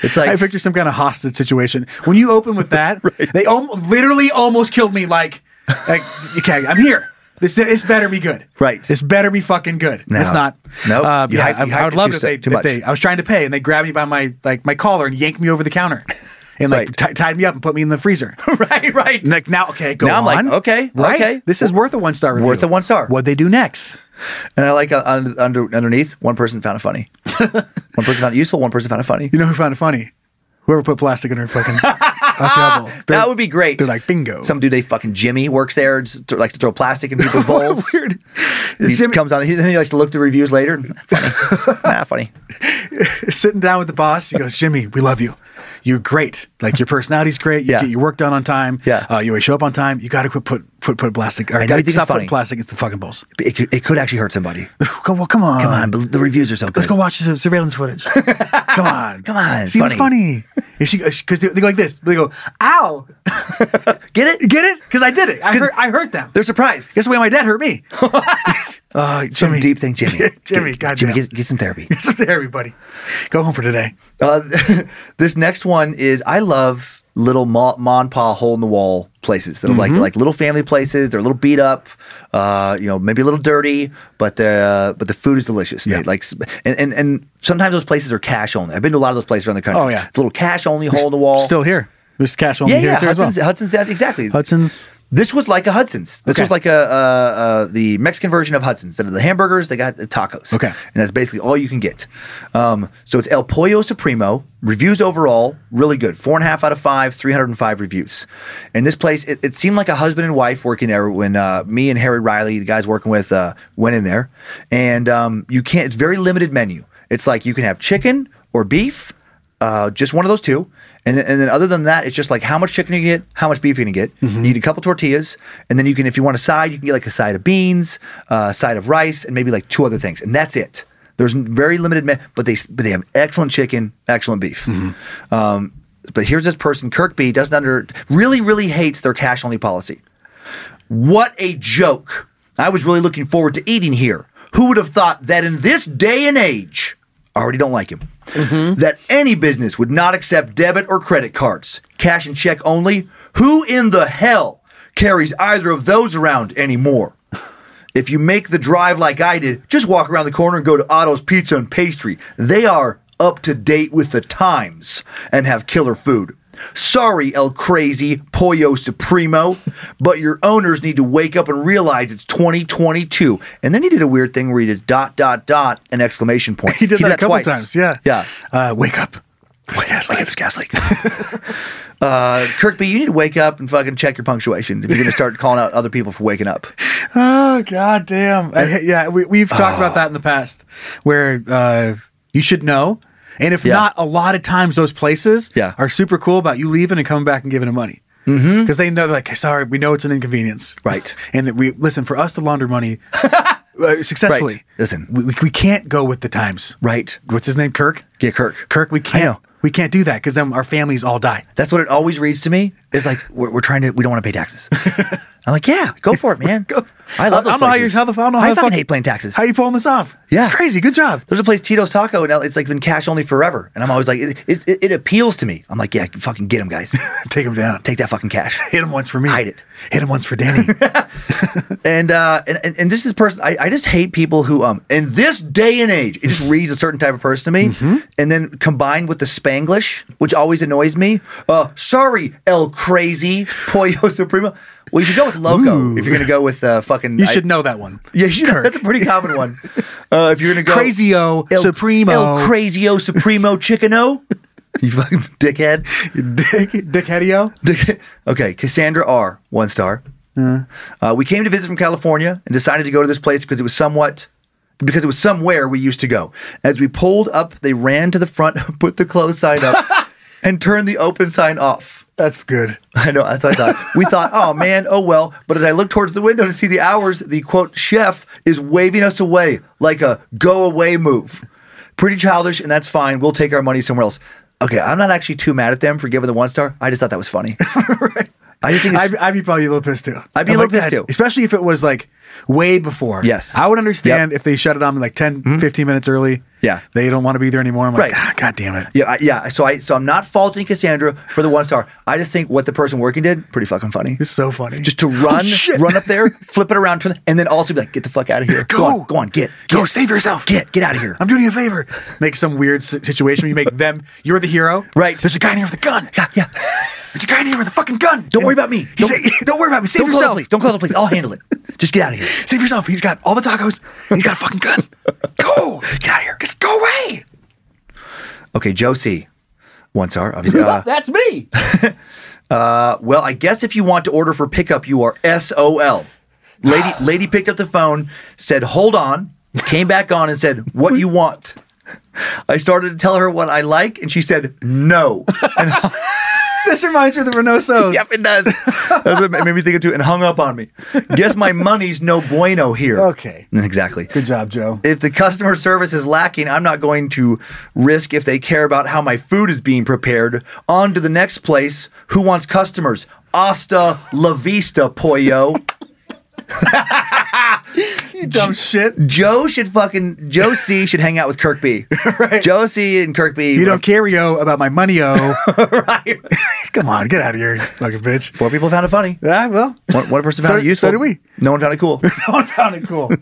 it's
I
like
picture some kind of hostage situation. When you open with that, they om- literally almost killed me. Like, like okay, I'm here. This this better be good.
Right.
This better be fucking good.
No.
It's not.
Nope.
Uh,
You
yeah,
hyped-
I,
you
I would
hyped it
love it
too
if they,
so- too
if they.
much.
I was trying to pay, and they grabbed me by my like my collar and yanked me over the counter, and like
Right.
ti- tied me up and put me in the freezer.
right, right.
And, like now, okay, go
Now I'm
on.
like, okay,
right.
okay.
This is worth a one star review.
Worth a one star.
What they do next?
And I like uh, un- under underneath. One person found it funny. one person found it useful. One person found it funny.
You know who found it funny? Whoever put plastic in her fucking acai bowl. They're-
that would be great.
They're like bingo.
Some dude, they fucking Jimmy works there. and s- th- likes to throw plastic in people's bowls.
weird.
He
Jimmy-
comes on. He, then he likes to look the reviews later. Funny. nah, funny.
sitting down with the boss. He goes, Jimmy, we love you. You're great. Like your personality's great. You
Yeah.
get your work done on time.
Yeah.
Uh, you always show up on time. You got to quit put put put plastic. Or
know you
gotta
think it's
stop putting
funny.
plastic. It's the fucking balls.
It could, it could actually hurt somebody.
Come, well, come on.
Come on, but the reviews are so good.
Let's go watch the surveillance footage. Come on.
Come on,
See, it's
funny.
funny. If she, because they, they go like this. They go, ow.
Get it?
Get it? Because I did it. I hurt. I hurt them.
They're surprised.
Guess the way my dad hurt me. uh,
Some
Jimmy,
deep thing, Jimmy.
Jimmy,
Get-
goddamn.
Jimmy, get, get some therapy.
It's there, everybody. Go home for today.
Uh, this next one is I love little ma, ma and pa hole in the wall places that are
Mm-hmm.
like like little family places. They're a little beat up, uh, you know, maybe a little dirty, but the but the food is delicious. They,
Yeah.
like s- and, and and sometimes those places are cash only. I've been to a lot of those places around the country.
Oh, yeah.
it's a little cash only hole in the wall.
Still here. There's cash on
yeah,
here
yeah.
too
Hudson's,
as well.
Hudson's exactly.
Hudson's.
This was like a Hudson's. This
Okay.
was like a uh, uh, the Mexican version of Hudson's. Instead of the hamburgers, they got the tacos.
Okay.
and that's basically all you can get. Um, so it's El Pollo Supremo. Reviews overall really good. Four and a half out of five. Three hundred and five reviews. And this place, it, it seemed like a husband and wife working there when uh, me and Harry Riley, the guys working with, uh, went in there. And um, you can't. It's very limited menu. It's like you can have chicken or beef uh, just one of those two. And then, and then other than that, it's just like how much chicken you can get, how much beef you can get. You need a couple tortillas, and then you can, if you want a side, you can get like a side of beans, uh, a side of rice, and maybe like two other things, and that's it. There's n- very limited, me- but they s- but they have excellent chicken, excellent beef. Um, but here's this person, Kirkby, doesn't under really really hates their cash only policy. What a joke! I was really looking forward to eating here. Who would have thought that in this day and age, I already don't like him, that any business would not accept debit or credit cards, cash and check only? Who in the hell carries either of those around anymore? If you make the drive like I did, just walk around the corner and go to Otto's Pizza and Pastry. They are up to date with the times and have killer food. Sorry, El Crazy Pollo Supremo, but your owners need to wake up and realize it's 2022. And then he did a weird thing where he did dot, dot, dot, an exclamation point.
He did that a couple
twice.
times. Yeah.
Yeah.
Uh, wake up. There's gas
Look
leak.
at this gas leak. uh, Kirkby, you need to wake up and fucking check your punctuation if you're going to start calling out other people for waking up.
Oh god damn! I- yeah, we, we've talked
Oh.
about that in the past, where uh, you should know, and if
Yeah.
not, a lot of times those places
Yeah.
are super cool about you leaving and coming back and giving them money because mm-hmm. they know they're like, sorry, we know it's an inconvenience,
Right.
And that we listen for us to launder money uh, successfully.
Right. Listen.
we, we, we can't go with the times,
Right.
What's his name, Kirk?
Get Kirk.
Kirk, we
I know.
can't. We can't do that because then our families all die.
That's what it always reads to me. It's like we're, we're trying to. We don't want to pay taxes. I'm like, yeah, go for it, man. I love.
I
Those
don't know how you-
places.
how the- I don't know
I
how the
fucking
fuck-
hate paying taxes.
How you pulling this off?
Yeah,
It's crazy. Good job.
There's a place Tito's Taco, and it's like been cash only forever. And I'm always like, it, it, it, it appeals to me. I'm like, yeah, fucking get them, guys.
Take them down.
Take that fucking cash.
Hit him once for me.
Hide it.
Hit him once for Danny.
and, uh, and and and this is person. I, I just hate people who um. In this day and age, it just
Mm-hmm.
reads a certain type of person to me, and then combined with the Spanglish, which always annoys me. Uh, sorry, El Crazy Pollo Supremo. Well, you should go with loco if you're gonna go with uh, fucking.
You
I-
should know that one.
Yeah, you know, that's a pretty common one. Uh, if you're gonna go
Crazio
El-
Supremo.
El Crazio Supremo Chickeno. You fucking dickhead.
Dick Dickheadio.
Dick- okay, Cassandra R. One star. Uh, we came to visit from California and decided to go to this place because it was somewhat because it was somewhere we used to go. As we pulled up, they ran to the front, put the closed sign up, and turned the open sign off.
That's good.
I know. That's what I thought. We thought, oh man, oh well. But as I looked towards the window to see the hours, the quote chef is waving us away like a go away move. Pretty childish, and that's fine. We'll take our money somewhere else. Okay, I'm not actually too mad at them for giving the one star. I just thought that was funny. I just think it's-
I'd, I'd be probably a little pissed too.
I'd be a
I'm
little
like,
pissed,
"God,"
too.
Especially if it was like way before.
Yes. Mm-hmm.
I would understand if they shut it on like 10, 15 minutes early.
Yeah.
They don't want to be there anymore. I'm like,
Right.
"Ah, God damn it.
yeah, I, yeah. So I, so I'm not faulting Cassandra for the one star. I just think what the person working did, pretty fucking funny.
It's so funny. Oh,
Just to run,
shit.
run up there, flip it around, turn, and then also be like, get the fuck out of here.
Go.
on, go on, get,
Go
get.
save yourself.
Get, get out of here.
I'm doing you a favor. Make some weird si- situation where you make them, you're the hero.
Right.
There's a guy in here with a gun.
Yeah, yeah.
There's a guy in here with a fucking gun.
Don't worry about me.
He
Don't-
said, don't worry about me. Save
Don't call the
yourself.
police. Don't call the police. I'll handle it. Just get out of here.
Save yourself. He's got all the tacos. and He's got a fucking gun. Go.
Get out of here.
Just go away.
Okay, Josie. One star, obviously. Uh,
That's me.
uh, well, I guess if you want to order for pickup, you are SOL. Lady, lady picked up the phone, said, "Hold on," came back on and said, "What you want?" I started to tell her what I like, and she said, "No." And
This reminds me of the Renoso.
yep, it does. That's what made me think of too, and hung up on me. Guess my money's no bueno here.
Okay.
Exactly.
Good job, Joe.
if the customer service is lacking, I'm not going to risk if they care about how my food is being prepared. On to the next place. Who wants customers? Asta la vista, pollo.
You dumb shit.
Joe should fucking Joe C should hang out with Kirk B. Joe C and Kirk B.
You don't carry o about my money o.
right.
Come on, get out of here, fucking bitch.
Four people found it funny.
Yeah, well,
One, one person
So-
found it useful.
so did we.
No one found it cool.
no one found it cool.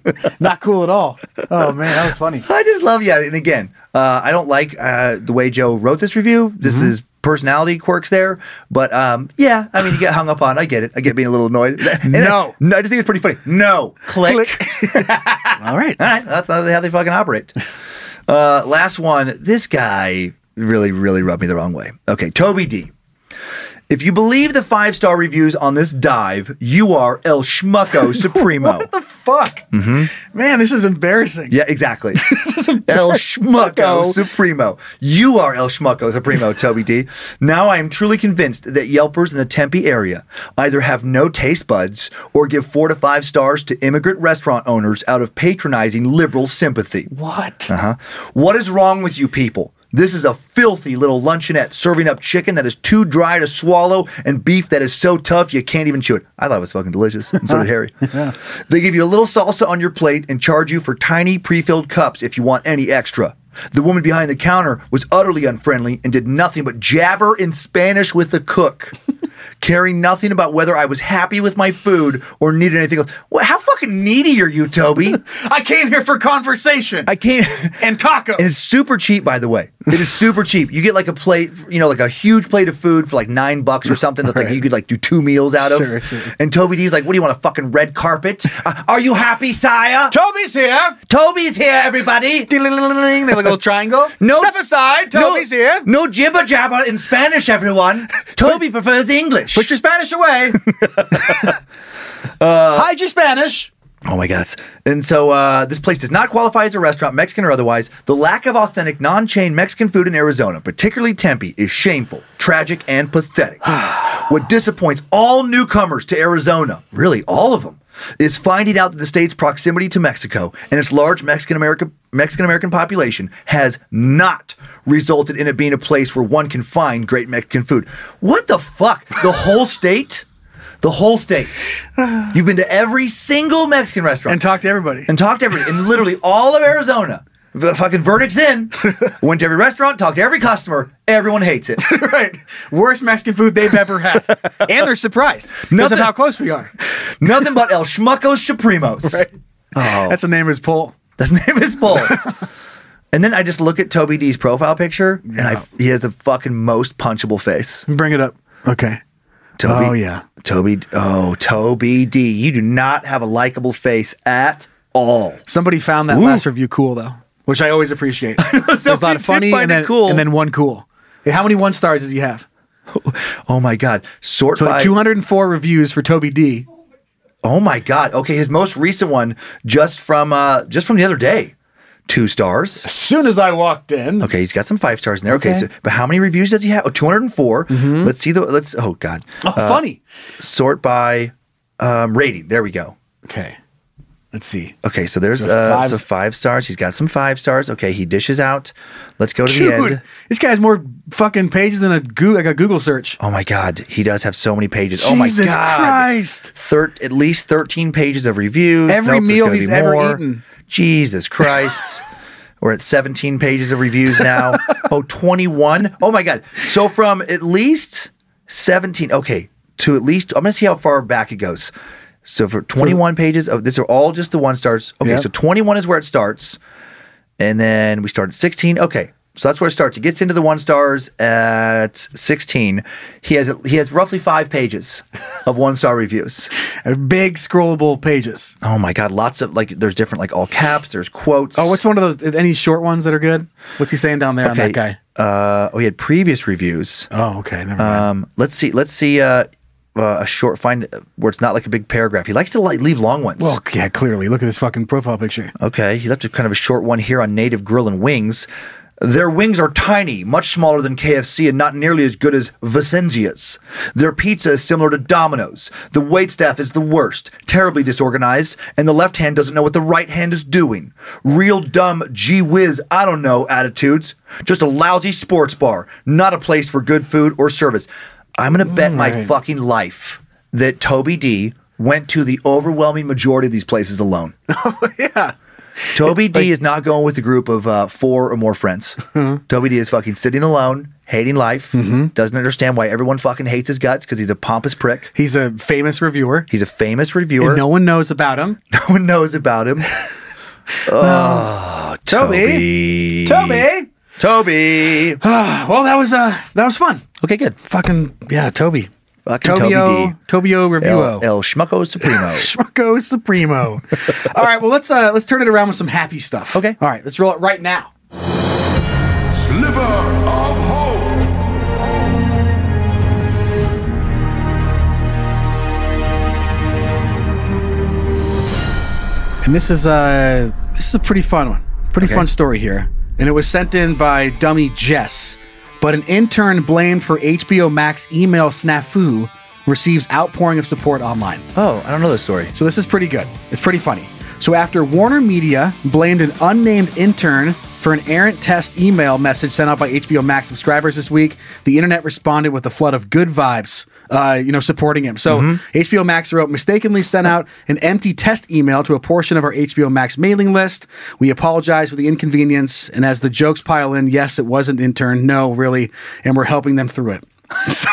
Not cool at all. Oh man, that was funny.
I just love yeah. And again, uh, I don't like uh, the way Joe wrote this review. This
Mm-hmm.
is personality quirks there, but um, yeah. I mean, you get hung up on. I get it. I get being a little annoyed. And I-
No.
no. I just think it's pretty funny. No, click.
All right.
All right, that's not how they fucking operate. Uh, last one. This guy really, really rubbed me the wrong way. Okay, Toby D. If you believe the five star reviews on this dive, you are El Schmucko Supremo.
What the fuck? Man, this is embarrassing.
Yeah, exactly. El Schmucko Supremo. You are El Schmucko Supremo, Toby D. Now I am truly convinced that Yelpers in the Tempe area either have no taste buds or give four to five stars to immigrant restaurant owners out of patronizing liberal sympathy.
What?
Uh-huh. What is wrong with you people? This is a filthy little luncheonette serving up chicken that is too dry to swallow and beef that is so tough you can't even chew it. I thought it was fucking delicious. And so did Harry. They give you a little salsa on your plate and charge you for tiny pre-filled cups if you want any extra. The woman behind the counter was utterly unfriendly and did nothing but jabber in Spanish with the cook. Caring nothing about whether I was happy with my food or needed anything else. Well, how fucking needy are you, Toby?
I came here for conversation
I can't.
and tacos.
And it's super cheap, by the way. It is super cheap. You get like a plate, you know, like a huge plate of food for like nine bucks or something. That's like you could like do two meals out of.
Sure, sure.
And Toby D's like, "What do you want? A fucking red carpet? Uh, are you happy, sire?
Toby's here.
Toby's here, everybody.
Ding, ding, ding, ding. They have like a little triangle. step aside.
no-
Toby's here.
No jibber jabber in Spanish, everyone. Toby prefers English.
Put your Spanish away. Uh, Hide your Spanish.
Oh my God. And so uh, this place does not qualify as a restaurant, Mexican or otherwise. The lack of authentic, non chain Mexican food in Arizona, particularly Tempe, is shameful, tragic, and pathetic. what disappoints all newcomers to Arizona, really all of them, is finding out that the state's proximity to Mexico and its large Mexican American Mexican American population has not resulted in it being a place where one can find great Mexican food. What the fuck? The whole state? The whole state. You've been to every single Mexican restaurant and
talked to everybody.
And talked to everybody. And literally all of Arizona. The fucking verdict's in. Went to every restaurant, talked to every customer. Everyone hates it.
right. Worst Mexican food they've ever had. and they're surprised because of
Nothing-
how close we are.
Nothing but El Schmuckos Supremos.
Right.
Oh.
That's the name of his poll.
That's the name of his poll. and then I just look at Toby D's profile picture, and I, he has the fucking most punchable face.
Bring it up. Okay.
Toby.
Oh, yeah.
Toby. Oh, Toby D. You do not have a likable face at all.
Somebody found that
Ooh.
last review cool though, which I always appreciate. There's a lot
somebody
of funny
did find
and
it
then,
cool.
and then one cool. Hey, how many one stars does he have?
Oh my God. Sort
So
by.
204 reviews for Toby D.
oh my God. Okay, his most recent one, just from uh just from the other day, two stars.
As soon as I walked in,
Okay, he's got some five stars in there. Okay,
Okay. Mm-hmm.
so, but how many reviews does he have? Oh, 204. Let's see the. Let's. Oh God.
Oh, funny.
Sort by um, rating. There we go.
Okay. Let's see.
Okay, so there's
So
uh,
five-
so five stars. He's got some five stars. Okay, he dishes out. Let's go to the
Dude,
end.
this guy has more fucking pages than a goo like a Google search.
Oh my God, he does have so many pages. oh my
Jesus
God,
Christ.
Thir- at least thirteen pages of reviews.
Every
there's
meal
gotta be
he's ever
more.
eaten.
Jesus Christ. We're at 17 pages of reviews now. oh, 21. Oh my God. So from at least 17, okay, to at least, I'm going to see how far back it goes. So for 21 pages of these are all just the one stars. Okay,
Yeah.
so 21 is where it starts. And then we start at 16. Okay. So that's where it starts. He gets into the one stars at 16. He has he has roughly 5 pages of one star reviews.
Uh, Big scrollable pages.
Oh my god, lots of like there's different like all caps, there's quotes.
Oh, what's one of those? Any short ones that are good? What's he saying down there on that guy?
Uh, oh, he had previous reviews.
Oh, okay. Never mind.
Um, let's see. Let's see. Uh, uh, a short find where it's not like a big paragraph. He likes to like leave long ones.
well, Oh, yeah, clearly. Look at this fucking profile picture.
okay, he left a kind of a short one here on Native Grill and Wings. Their wings are tiny, much smaller than KFC, and not nearly as good as Vicenzia's. Their pizza is similar to Domino's. The waitstaff is the worst, terribly disorganized, and the left hand doesn't know what the right hand is doing. Real dumb, gee whiz, I don't know attitudes. Just a lousy sports bar, not a place for good food or service. I'm gonna bet my
Right.
fucking life that Toby D went to the overwhelming majority of these places alone. Toby D is not going with a group of uh, four or more friends.
Uh-huh.
Toby D is fucking sitting alone, hating life,
Mm-hmm.
doesn't understand why everyone fucking hates his guts because he's a pompous prick.
He's a famous reviewer.
He's a famous
And
reviewer.
no one knows about him.
No one knows about him. oh,
Toby.
Toby.
Toby.
Toby.
well, that was uh, that was fun.
Okay, good.
Fucking yeah, Toby.
Fucking Toby, D.
Tobio, Tobio
El,
Revuo.
El Schmucko Supremo.
Schmucko Supremo. All right, well let's uh let's turn it around with some happy stuff.
Okay.
All right, let's roll it right now.
Sliver of hope.
And this is uh this is a pretty fun one. Pretty
Okay.
fun story here. And it was sent in by dummy Jess. But an intern blamed for HBO Max email snafu receives outpouring of support online.
oh, I don't know this story.
So this is pretty good. It's pretty funny. So after Warner Media blamed an unnamed intern for an errant test email message sent out by HBO Max subscribers this week, the internet responded with a flood of good vibes, uh, you know, supporting him. So HBO Max wrote, mistakenly sent out an empty test email to a portion of our HBO Max mailing list. We apologize for the inconvenience. And as the jokes pile in, yes, it was an intern. No, really. And we're helping them through it. So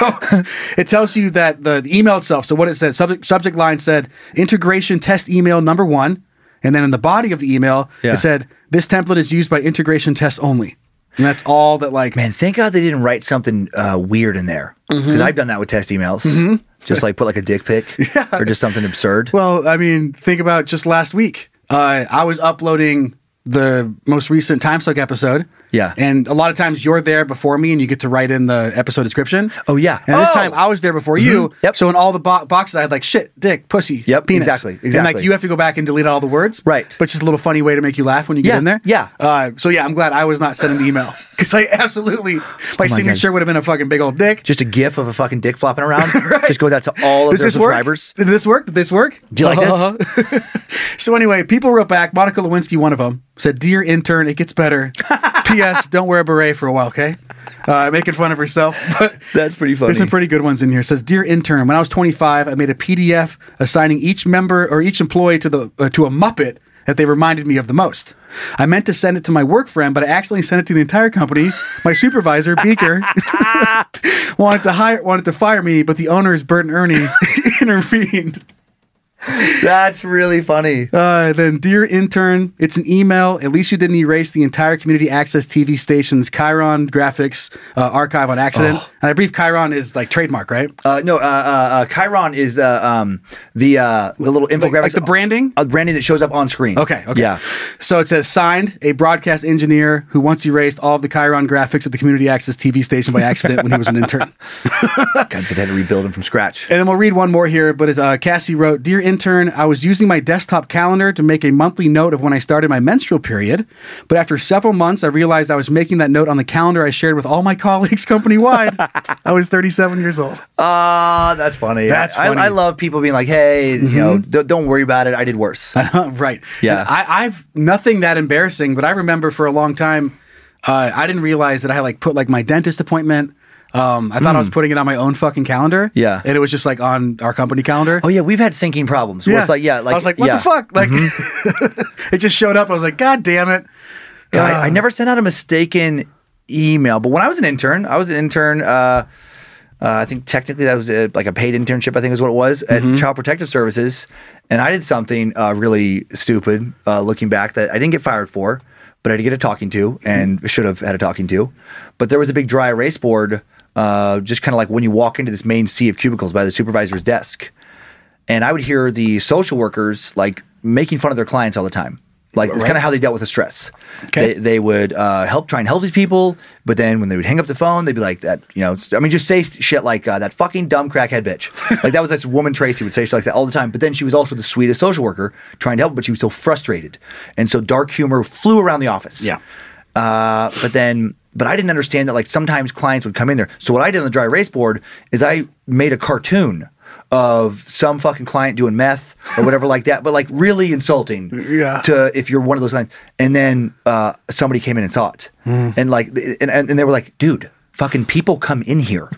it tells you that the, the email itself. So what it said, subject, subject line said integration test email number one, and then in the body of the email
Yeah.
it said this template is used by integration tests only, and that's all that like
Man, thank God they didn't write something uh, weird in there because
Mm-hmm.
I've done that with test emails. Just like put like a dick pic or just something absurd.
Well, I mean, think about just last week. Uh, I was uploading the most recent time suck episode.
Yeah.
And a lot of times you're there before me and you get to write in the episode description.
Oh, yeah.
And this
Oh! Mm-hmm.
time I was there before you. Yep. So in all the bo- boxes, I had like shit, dick, pussy,
Yep,
penis.
exactly,
And
exactly.
like you have to go back and delete all the words.
Right.
But it's just a little funny way to make you laugh when you get
Yeah,
in there.
yeah.
Uh, so yeah, I'm glad I was not sending the email because I absolutely, my
Oh God.
signature would have been a fucking big old dick.
Just a gif of a fucking dick flopping around. Just goes out to all of
Does
their
this work?
subscribers.
Did this work? Did this work? Uh-huh.
Do you like this?
So anyway, people wrote back. Monica Lewinsky, one of them, said, "Dear intern, it gets better. P.S. Don't wear a beret for a while, okay?" Uh, making fun of herself, but
that's pretty funny.
There's some pretty good ones in here. It says, "Dear intern, when I was 25, I made a PDF assigning each member or each employee to the uh, to a Muppet." That they reminded me of the most. I meant to send it to my work friend, but I accidentally sent it to the entire company. My supervisor, Beaker, wanted to hire, wanted to fire me, but the owners, Bert and Ernie, intervened.
That's really funny.
Uh, then, dear intern, it's an email. At least you didn't erase the entire community access TV station's Chiron graphics uh, archive on accident. And I believe Chiron is like trademark, right?
Uh, no, uh, uh, uh, Chiron is uh, um, the uh, the little infographic,
like the branding,
uh, branding that shows up on screen.
Okay, okay.
yeah.
So it says signed a broadcast engineer who once erased all of the Chiron graphics at the community access TV station by accident when he was an intern.
God, so they had to rebuild them from scratch.
And then we'll read one more here. But it's, uh, Cassie wrote, "Dear intern, I was using my desktop calendar to make a monthly note of when I started my menstrual period, but after several months, I realized I was making that note on the calendar I shared with all my colleagues company wide. I was 37 years old.
Ah, that's funny.
That's
I,
funny. Mm-hmm.
I, I love people being like, "Hey, you know, don't, don't worry about it. I did worse."
Uh, right?
Yeah.
And I, I've nothing that embarrassing, but I remember for a long time, uh, I didn't realize that I had like put like my dentist appointment. Um, I thought I was putting it on my own fucking calendar.
Hmm. Yeah.
and it was just like on our company calendar.
Oh yeah, we've had syncing problems. Where it's like, yeah, like
I was like, what
yeah. Mm-hmm.
the fuck? Like, it just showed up. I was like, God damn it!
God, I, I never sent out a mistaken email, but when I was an intern, I was an intern. Uh, uh, I think technically that was uh like a paid internship. I think is what it was at Child Protective Services, and I did something uh, really stupid. Uh, looking back, that I didn't get fired for, but I did get a talking to, and should have had a talking to. But there was a big dry erase board, uh, just kind of like when you walk into this main sea of cubicles by the supervisor's desk, and I would hear the social workers like making fun of their clients all the time. Like that's kind of how they dealt with the stress.
Okay.
They, they would uh, help try and help these people, but then when they would hang up the phone, they'd be like that. You know, it's- I mean, just say s- shit like uh, that fucking dumb crackhead bitch. like that was this woman Tracy would say shit like that all the time. But then she was also the sweetest social worker trying to help, but she was so frustrated, and so dark humor flew around the office.
Yeah.
Uh, but then, but I didn't understand that like sometimes clients would come in there. So what I did on the dry erase board is I made a cartoon of some fucking client doing meth or whatever like that, but like really insulting
Yeah.
to if you're one of those clients. And then uh, somebody came in and saw it,
Mm.
and like, th- and, and and they were like, dude. Fucking people come in here,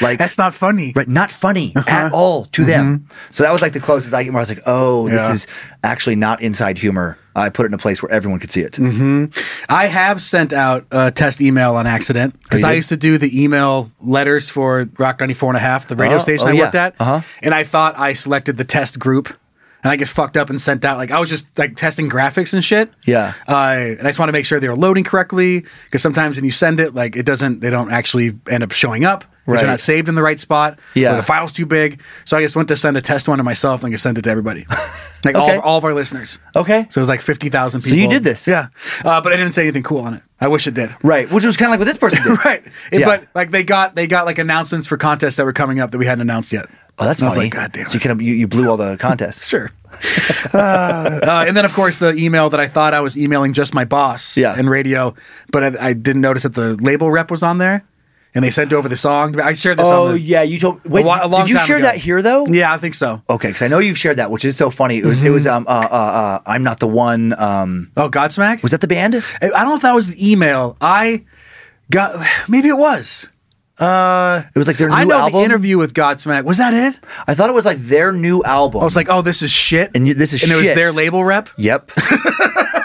like
That's not Uh-huh. funny.
but not funny at all to them. So that was like the closest I came. Where I was like, oh, this
Yeah.
is actually not inside humor. I put it in a place where everyone could see it.
Mm-hmm. I have sent out a test email on accident because
Oh,
I
you did?
used to do the email letters for Rock 94 and a half, the radio
Oh,
station
oh,
I
yeah.
worked at.
Uh-huh.
And I thought I selected the test group and I just fucked up and sent out, like, I was just like testing graphics and shit.
Yeah.
Uh, and I just want to make sure they were loading correctly because sometimes when you send it, like, it doesn't, they don't actually end up showing up. Because
Right.
They're not saved in the right spot.
Yeah.
Or the file's too big. So I just went to send a test one to myself and I just sent it to everybody. like all,
Okay.
of, all of our listeners.
Okay.
So it was like 50,000
So
people.
you did this?
Yeah. Uh, but I didn't say anything cool on it. I wish it did.
Right, which was kind of like what this person did.
right. It-
Yeah.
But like they got they got like announcements for contests that were coming up that we hadn't announced yet.
Oh, that's
And I
funny.
was like, God damn
So
it.
you, kind of, you, you blew all the contests.
Sure. uh, uh, and then, of course, the email that I thought I was emailing just my boss
Yeah.
and radio, but I, I didn't notice that the label rep was on there, and they sent over the song. I shared this.
Oh
on the,
yeah, Oh. you told.
a
Wait,
wa- a long
did you
time
share
ago.
that here though?
Yeah, I think so.
Okay, because I know you've shared that, which is so funny. It was. It was. Um. Uh, uh. uh I'm not the one. Um.
Oh, Godsmack
Was that the band?
I I don't know if that was the email. I got maybe it was. Uh,
It was like their new
I know
album.
the interview with Godsmack was that it?
I thought it was like their new album.
I was like, oh, this is shit,
And you- this is
and it was
shit.
their label rep.
Yep.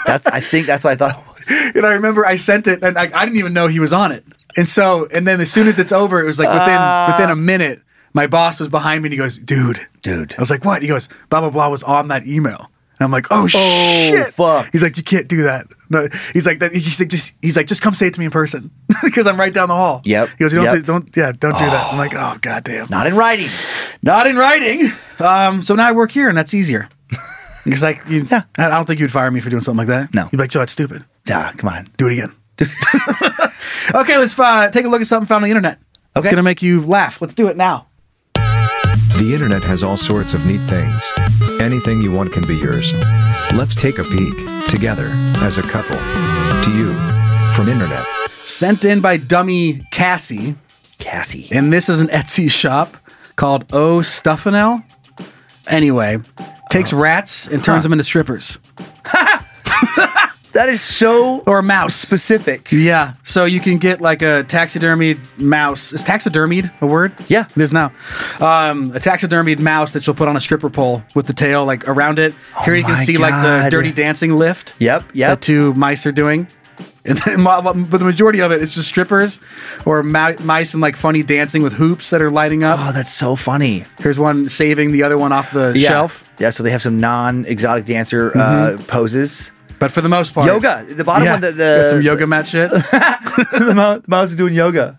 that's. I think that's what I thought. It was.
And I remember I sent it, and I, I didn't even know he was on it. And so, and then as soon as it's over, it was like within within a minute, my boss was behind me, and he goes, "Dude,
Dude.
I was like, "What?" He goes, "Blah blah blah was on that email." And I'm like, "Oh,
Oh,
shit!"
fuck.
He's like, "You can't do that." No, he's like, that, "He's like, just he's like, just come say it to me in person because I'm right down the hall."
Yep,
He goes, "You "Don't
yep.
do, don't yeah, don't do that." I'm like, "Oh goddamn."
Not in writing.
Not in writing. Um, so now I work here, and that's easier. Because like, you,
Yeah.
I I don't think you'd fire me for doing something like that.
No.
you'd be like, "Joe, that's stupid.
Ah, come on.
Do it again." okay, let's uh, take a look at something found on the internet. It's going to make you laugh. Let's do it now.
The internet has all sorts of neat things. Anything you want can be yours. Let's take a peek, together, as a couple. To you, from internet.
Sent in by dummy Cassie.
Cassie.
And this is an Etsy shop called O Stuffinel. Anyway, takes rats and turns them into strippers.
that is so
or mouse
specific.
Yeah. So you can get like a taxidermied mouse. Is taxidermied a word?
Yeah,
it is now. Um, a taxidermied mouse that you'll put on a stripper pole with the tail like around it. Here you can
Oh my
see like the
God.
Dirty Dancing lift.
Yep, yep.
The two mice are doing. And then, mo- but the majority of it is just strippers or ma- mice and like funny dancing with hoops that are lighting up. Oh,
that's so funny.
Here's one saving the other one off the
Yeah.
shelf.
Yeah, so they have some non-exotic dancer uh,
Mhm.
poses.
But for the most part,
yoga. The bottom
Yeah.
one, the, the
Got some yoga mat shit.
the mouse, the mouse is doing yoga.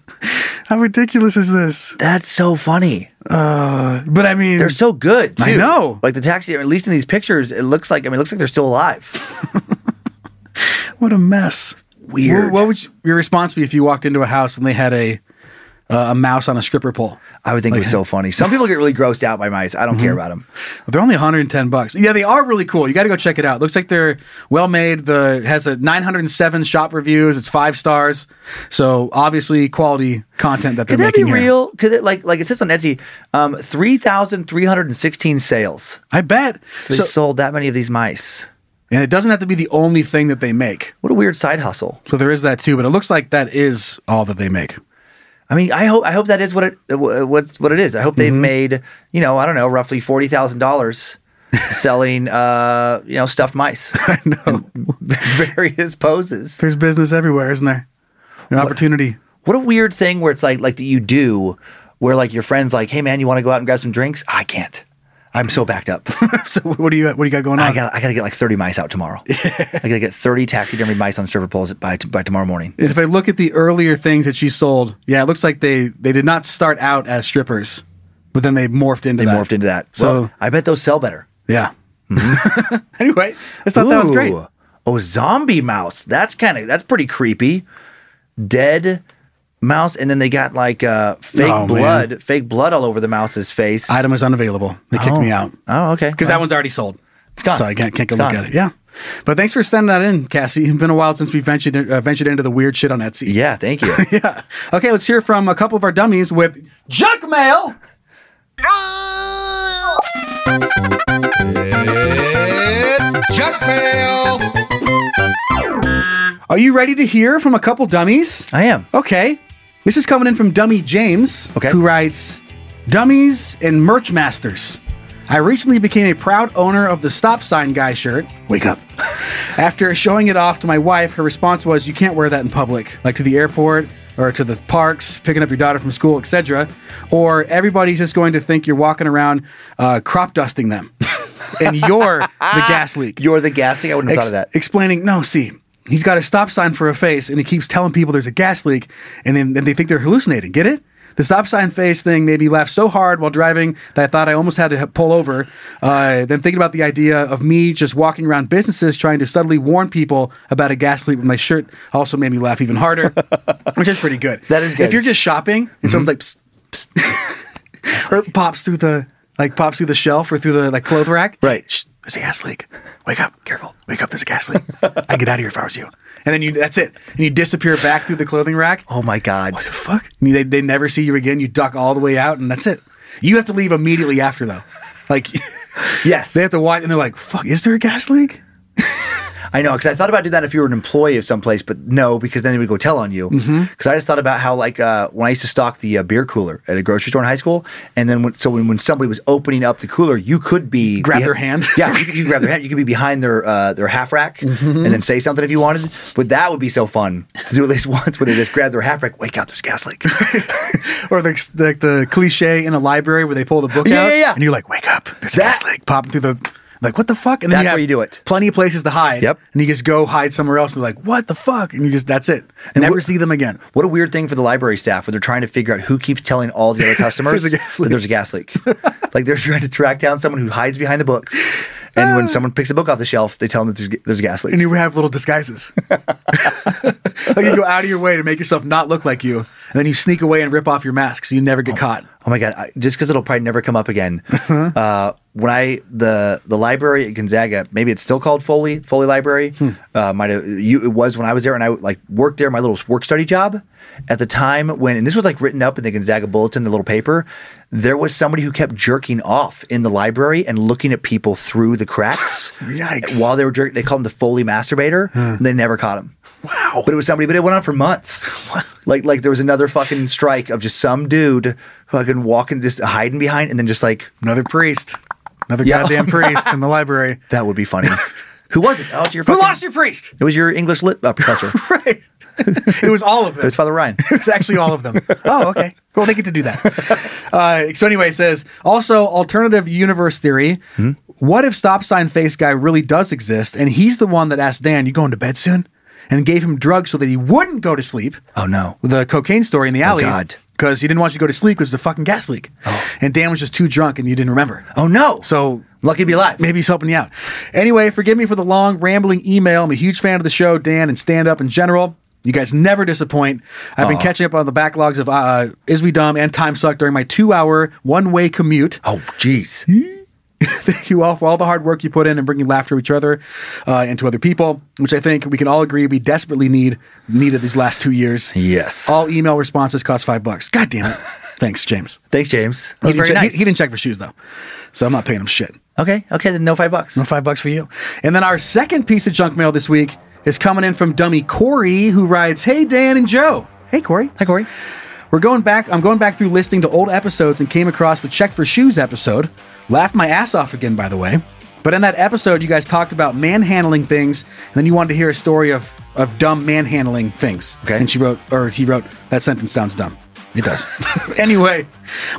How ridiculous is this?
That's so funny.
Uh, but I mean,
they're so good. Too.
I know.
Like the taxi, at least in these pictures, it looks like. I mean, it looks like they're still alive.
What a mess.
Weird.
What, what would you- your response be if you walked into a house and they had a uh, a mouse on a stripper pole?
I would think it was so funny. Some people get really grossed out by mice. I don't care about them.
They're only 110 bucks. Yeah, they are really cool. You got to go check it out. Looks like they're well made. The has a 907 shop reviews. It's five stars. So obviously quality content that they're
Could that be
making. here.
real? Could it like like it says on Etsy, um, three thousand three hundred and sixteen sales.
I bet.
So they
So-
sold that many of these mice.
And it doesn't have to be the only thing that they make.
What a weird side hustle.
So there is that too. But it looks like that is all that they make.
I mean, I hope I hope that is what it wh- what's what it is. I hope they've made you know I don't know roughly forty thousand dollars selling uh you know stuffed mice. I know various poses.
There's business everywhere, isn't there? An opportunity.
What a weird thing where it's like like that you do where like your friends like hey man you want to go out and grab some drinks I can't. I'm so backed up.
so what do you what do you got going on?
I got I got to get like 30 mice out tomorrow. I got to get 30 taxidermy mice on stripper poles by t- by tomorrow morning.
And if I look at the earlier things that she sold, yeah, it looks like they they did not start out as strippers, but then they morphed into
They
that.
morphed into that.
So
Well, I bet those sell better.
yeah. anyway, I thought that was great.
Mm-hmm. Ooh. Oh, zombie mouse. That's kind of that's pretty creepy. Dead mouse, and then they got like uh, fake
Oh, man.
blood, fake blood all over the mouse's face.
Item is unavailable. They kicked
Oh.
me out
Oh, okay.
because that
Well,
one's already sold.
It's gone.
So I can't, can't go
It's
look
gone.
at it. Yeah. But thanks for sending that in, Cassie. It's been a while since we ventured uh, ventured into the weird shit on Etsy.
Yeah, thank you.
yeah. Okay, let's hear from a couple of our dummies with junk mail.
It's junk mail.
Are you ready to hear from a couple dummies?
I am.
Okay. This is coming in from Dummy James, okay. who writes Dummies and Merch Masters. I recently became a proud owner of the Stop Sign Guy shirt. Wake up. After showing it off to my wife, her response was, You can't wear that in public, like to the airport or to the parks, picking up your daughter from school, etc. Or everybody's just going to think you're walking around uh, crop dusting them. and you're the gas leak.
You're the gas leak. I wouldn't have
Ex-
thought of that.
Explaining, no, see, he's got a stop sign for a face and he keeps telling people there's a gas leak and then and they think they're hallucinating. Get it? The stop sign face thing made me laugh so hard while driving that I thought I almost had to pull over. Uh, then thinking about the idea of me just walking around businesses trying to subtly warn people about a gas leak with my shirt also made me laugh even harder, which is pretty good.
That is good. Mm-hmm.
If you're just shopping and someone's like, psst, psst, or pops through the like pops through the shelf or through the like clothes rack,
Right.
Shh, there's a gas leak. Wake up, careful. Wake up, there's a gas leak. I'd get out of here if I was you. And then you that's it. And you disappear back through the clothing rack.
Oh my god.
What the fuck? I mean, they, they never see you again. You duck all the way out and that's it. You have to leave immediately after though. Like
Yes.
they have to watch and they're like, fuck, is there a gas leak?
I know, because I thought about doing that if you were an employee of someplace, but no, because then they would go tell on you. Because
Mm-hmm.
I just thought about how, like, uh, when I used to stock the uh, beer cooler at a grocery store in high school, and then when, so when, when somebody was opening up the cooler, you could be
Grab
behi-
their hand?
Yeah, you could, you could grab their hand. You could be behind their uh, their half rack
Mm-hmm.
and then say something if you wanted. But that would be so fun to do at least once, where they just grab their half rack, wake up, there's a gas leak.
Or like the, like the cliche in a library where they pull the book
Yeah,
out
yeah, yeah.
and you're like, wake up, there's
That-
a gas leak popping through the like what the fuck? And
That's where you do it.
Plenty of places to hide.
Yep.
And you just go hide somewhere else and you're like, what the fuck? And you just that's it. And never see them again.
What a weird thing for the library staff where they're trying to figure out who keeps telling all the other customers
There's a gas
that there's a gas leak. like they're trying to track down someone who hides behind the books And when someone picks a book off the shelf, they tell them that there's, there's a gas leak.
Ah. And you have little disguises. like you go out of your way to make yourself not look like you, and then you sneak away and rip off your mask so you never get caught.
Oh my god! I, just because it'll probably never come up again. Uh, when I the the library at Gonzaga, maybe it's still called Foley Foley Library. Uh, might have you it was when I was there, and I like worked there my little work study job. At the time when and this was like written up in the Gonzaga bulletin, the little paper, there was somebody who kept jerking off in the library and looking at people through the cracks.
Yikes.
While they were jerking, they called him the Foley masturbator. And they never caught him. Wow. But it was somebody, but it went on for months. like like there was another fucking strike of just some dude fucking walking just hiding behind and then just like
another priest. Another goddamn priest in the library.
That would be funny. Who was it? Oh, it's your
Who
fucking-
lost your priest?
It was your English lit uh, professor.
It was all of
It
them.
was Father Ryan.
it was actually all of them. Oh, okay. Cool. They get to do that. Uh, so anyway, it says also alternative universe theory.
Hmm?
What if stop sign face guy really does exist, and he's the one that asked Dan, "You going to bed soon?" and gave him drugs so that he wouldn't go to sleep.
Oh no. Oh,
The cocaine story in the alley.
God.
Because he didn't want you to go to sleep because the fucking gas leak, and Dan was just too drunk and you didn't remember.
Oh no.
So
lucky to be alive.
Maybe he's helping you out. Anyway, forgive me for the long rambling email. I'm a huge fan of the show, Dan, and stand up in general. You guys never disappoint. I've been
Aw.
catching up on the backlogs of uh, Is We Dumb and Time Suck during my two hour one way commute.
Oh, jeez.
Hmm? Thank you all for all the hard work you put in and bringing laughter to each other uh, and to other people, which I think we can all agree we desperately need needed these last two years.
Yes.
All email responses cost five bucks. God damn it. Thanks, James.
Thanks, James. That
He didn't,
was very
check, he-
nice.
he, didn't check for shoes though, so I'm not paying him shit.
Okay, okay, then no five bucks.
No five bucks for you. And then our second piece of junk mail this week is coming in from dummy Corey, who writes, "Hey Dan and Joe, hey Corey,
hi Corey.
We're going back. I'm going back through listening to old episodes and came across the check for shoes episode. Laughed my ass off again, by the way. But in that episode, you guys talked about manhandling things, and then you wanted to hear a story of of dumb manhandling things. Okay. And she wrote, or he wrote, that sentence sounds dumb. It does. anyway,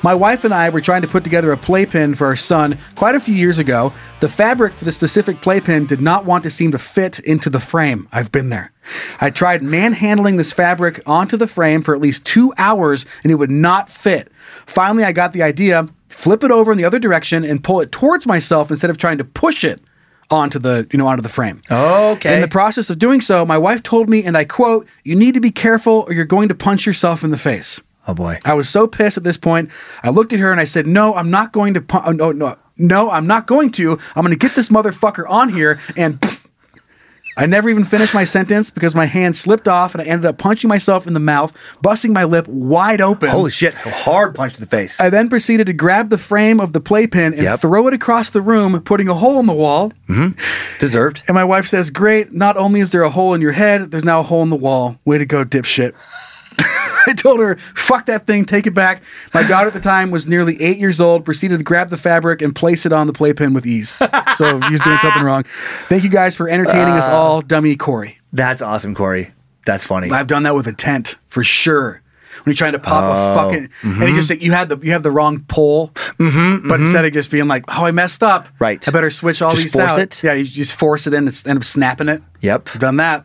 my wife and I were trying to put together a playpen for our son quite a few years ago. The fabric for the specific playpen did not want to seem to fit into the frame. I've been there. I tried manhandling this fabric onto the frame for at least two hours and it would not fit. Finally, I got the idea flip it over in the other direction and pull it towards myself instead of trying to push it onto the you know onto the frame.
Okay.
In the process of doing so, my wife told me, and I quote, "You need to be careful, or you're going to punch yourself in the face."
Oh boy.
I was so pissed at this point. I looked at her and I said, "No, I'm not going to. Pu- oh, no, no, no, I'm not going to. I'm going to get this motherfucker on here." And I never even finished my sentence because my hand slipped off and I ended up punching myself in the mouth, busting my lip wide open.
Holy shit, a hard punch to the face.
I then proceeded to grab the frame of the playpen and
Yep.
throw it across the room, putting a hole in the wall.
Mhm. Deserved.
And my wife says, Great, not only is there a hole in your head, there's now a hole in the wall. Way to go, dipshit. I told her, fuck that thing, take it back. My daughter at the time was nearly eight years old, proceeded to grab the fabric and place it on the playpen with ease. So you was doing something wrong. Thank you guys for entertaining us
Uh,
all, dummy Corey.
That's awesome, Corey. That's funny.
I've done that with a tent for sure. When you're trying to pop
Oh,
a fucking and you
mhm.
just you had the you have the wrong pole, but
mhm.
instead of just being like, "Oh, I messed up," right? I better switch all
Just
these
force
out.
it?
Yeah, you just force it in and end up snapping it.
Yep.
done that.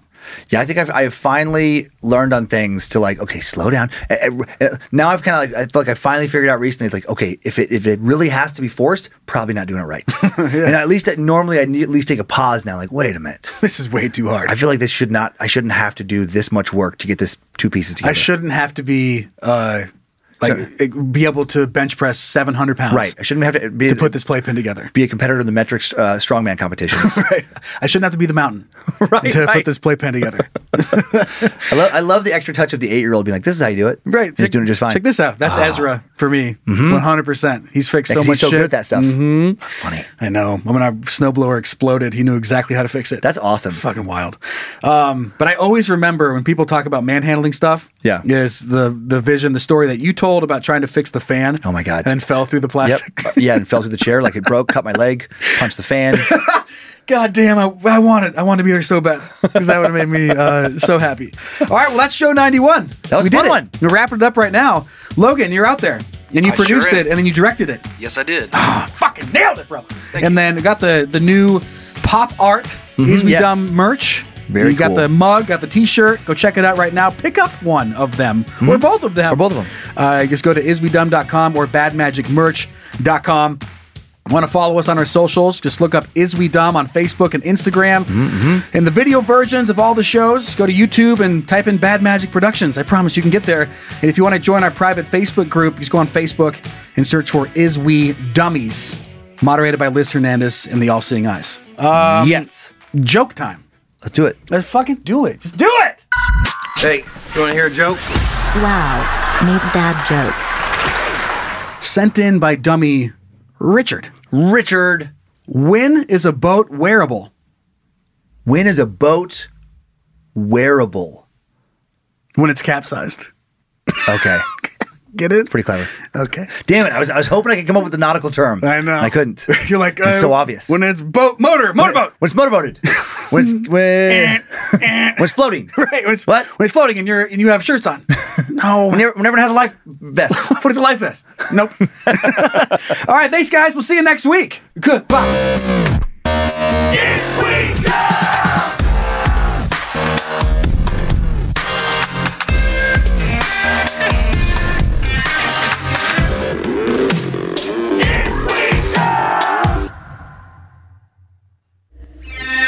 Yeah, I think I've, I've finally learned on things to like, okay, slow down. Eh, eh, eh, Now I've kind of like, I feel like I finally figured out recently, it's like, okay, if it, if it really has to be forced, probably not doing it right. And at least at, normally I need at least take a pause now, like, wait a minute.
This is way too hard.
I feel like this should not, I shouldn't have to do this much work to get this two pieces together.
I shouldn't have to be uh, like be able to bench press 700 pounds.
Right. I shouldn't have to uh, be,
to put this playpen together.
be a competitor in the metrics uh, strongman competitions.
right. I shouldn't have to be the mountain
Right,
to
right.
put this playpen together.
I love, I love the extra touch of the eight year old being like, this is how you do it.
Right.
Just doing it just fine.
Check this out. That's
Ah.
Ezra for me.
Mhm.
100%. He's fixed
Yeah,
so
'cause
much
he's so
shit.
good at that stuff.
Mhm.
Funny.
I know. When our snowblower exploded, he knew exactly how to fix it.
That's awesome.
Fucking wild. Um, but I always remember when people talk about manhandling stuff.
Yeah.
Is the the vision, the story that you told about trying to fix the fan.
Oh my God.
And fell through the
Yep.
plastic.
Uh, yeah, and fell through the chair like it broke, cut my leg, punched the fan.
God damn, I, I want it. I want to be there so bad because that would have made me uh, so happy. All right, well, that's show 91. That
was a
we
fun
did it.
one.
We're wrapping it up right now. Logan, you're out there and you
I sure
produced
am.
it and then you directed it.
Yes, I did.
fucking nailed it, bro. and then got the the new pop art
Mhm.
Is We
Yes.
Dumb merch.
Mm-hmm. Very
you got
cool.
the mug, got the T-shirt. Go check it out right now. Pick up one of them, Hmm? or both of them, or both of them. Uh, just go to isbedumb.com or badmagicmerch.com Want to follow us on our socials? Just look up Is We Dumb on Facebook and Instagram. And the video versions of all the shows, go to YouTube and type in Bad Magic Productions. I promise you can get there. And if you want to join our private Facebook group, just go on Facebook and search for Is We Dummies, moderated by Liz Hernandez and the All Seeing Eyes. Um, yes. Joke time.
Let's do it.
Let's fucking do it. Just do it.
Hey, you want to hear a joke?
Wow, need that joke.
Sent in by dummy Richard. Richard. When is a boat wearable?
When is a boat wearable?
When it's capsized.
Okay.
Get it?
Pretty clever.
Okay.
Damn it. I was, I was hoping I could come up with a nautical term. I know. I couldn't.
You're like,
it's
uh,
so obvious.
When it's boat, motor, motorboat. Eh,
When it's motorboated. When it's, when, when it's floating.
Right. When it's, what? When it's floating and you're and you have shirts on. No.
When, every- when everyone has a life vest.
what is a life vest? Nope. All right. Thanks, guys. We'll see you next week. Goodbye.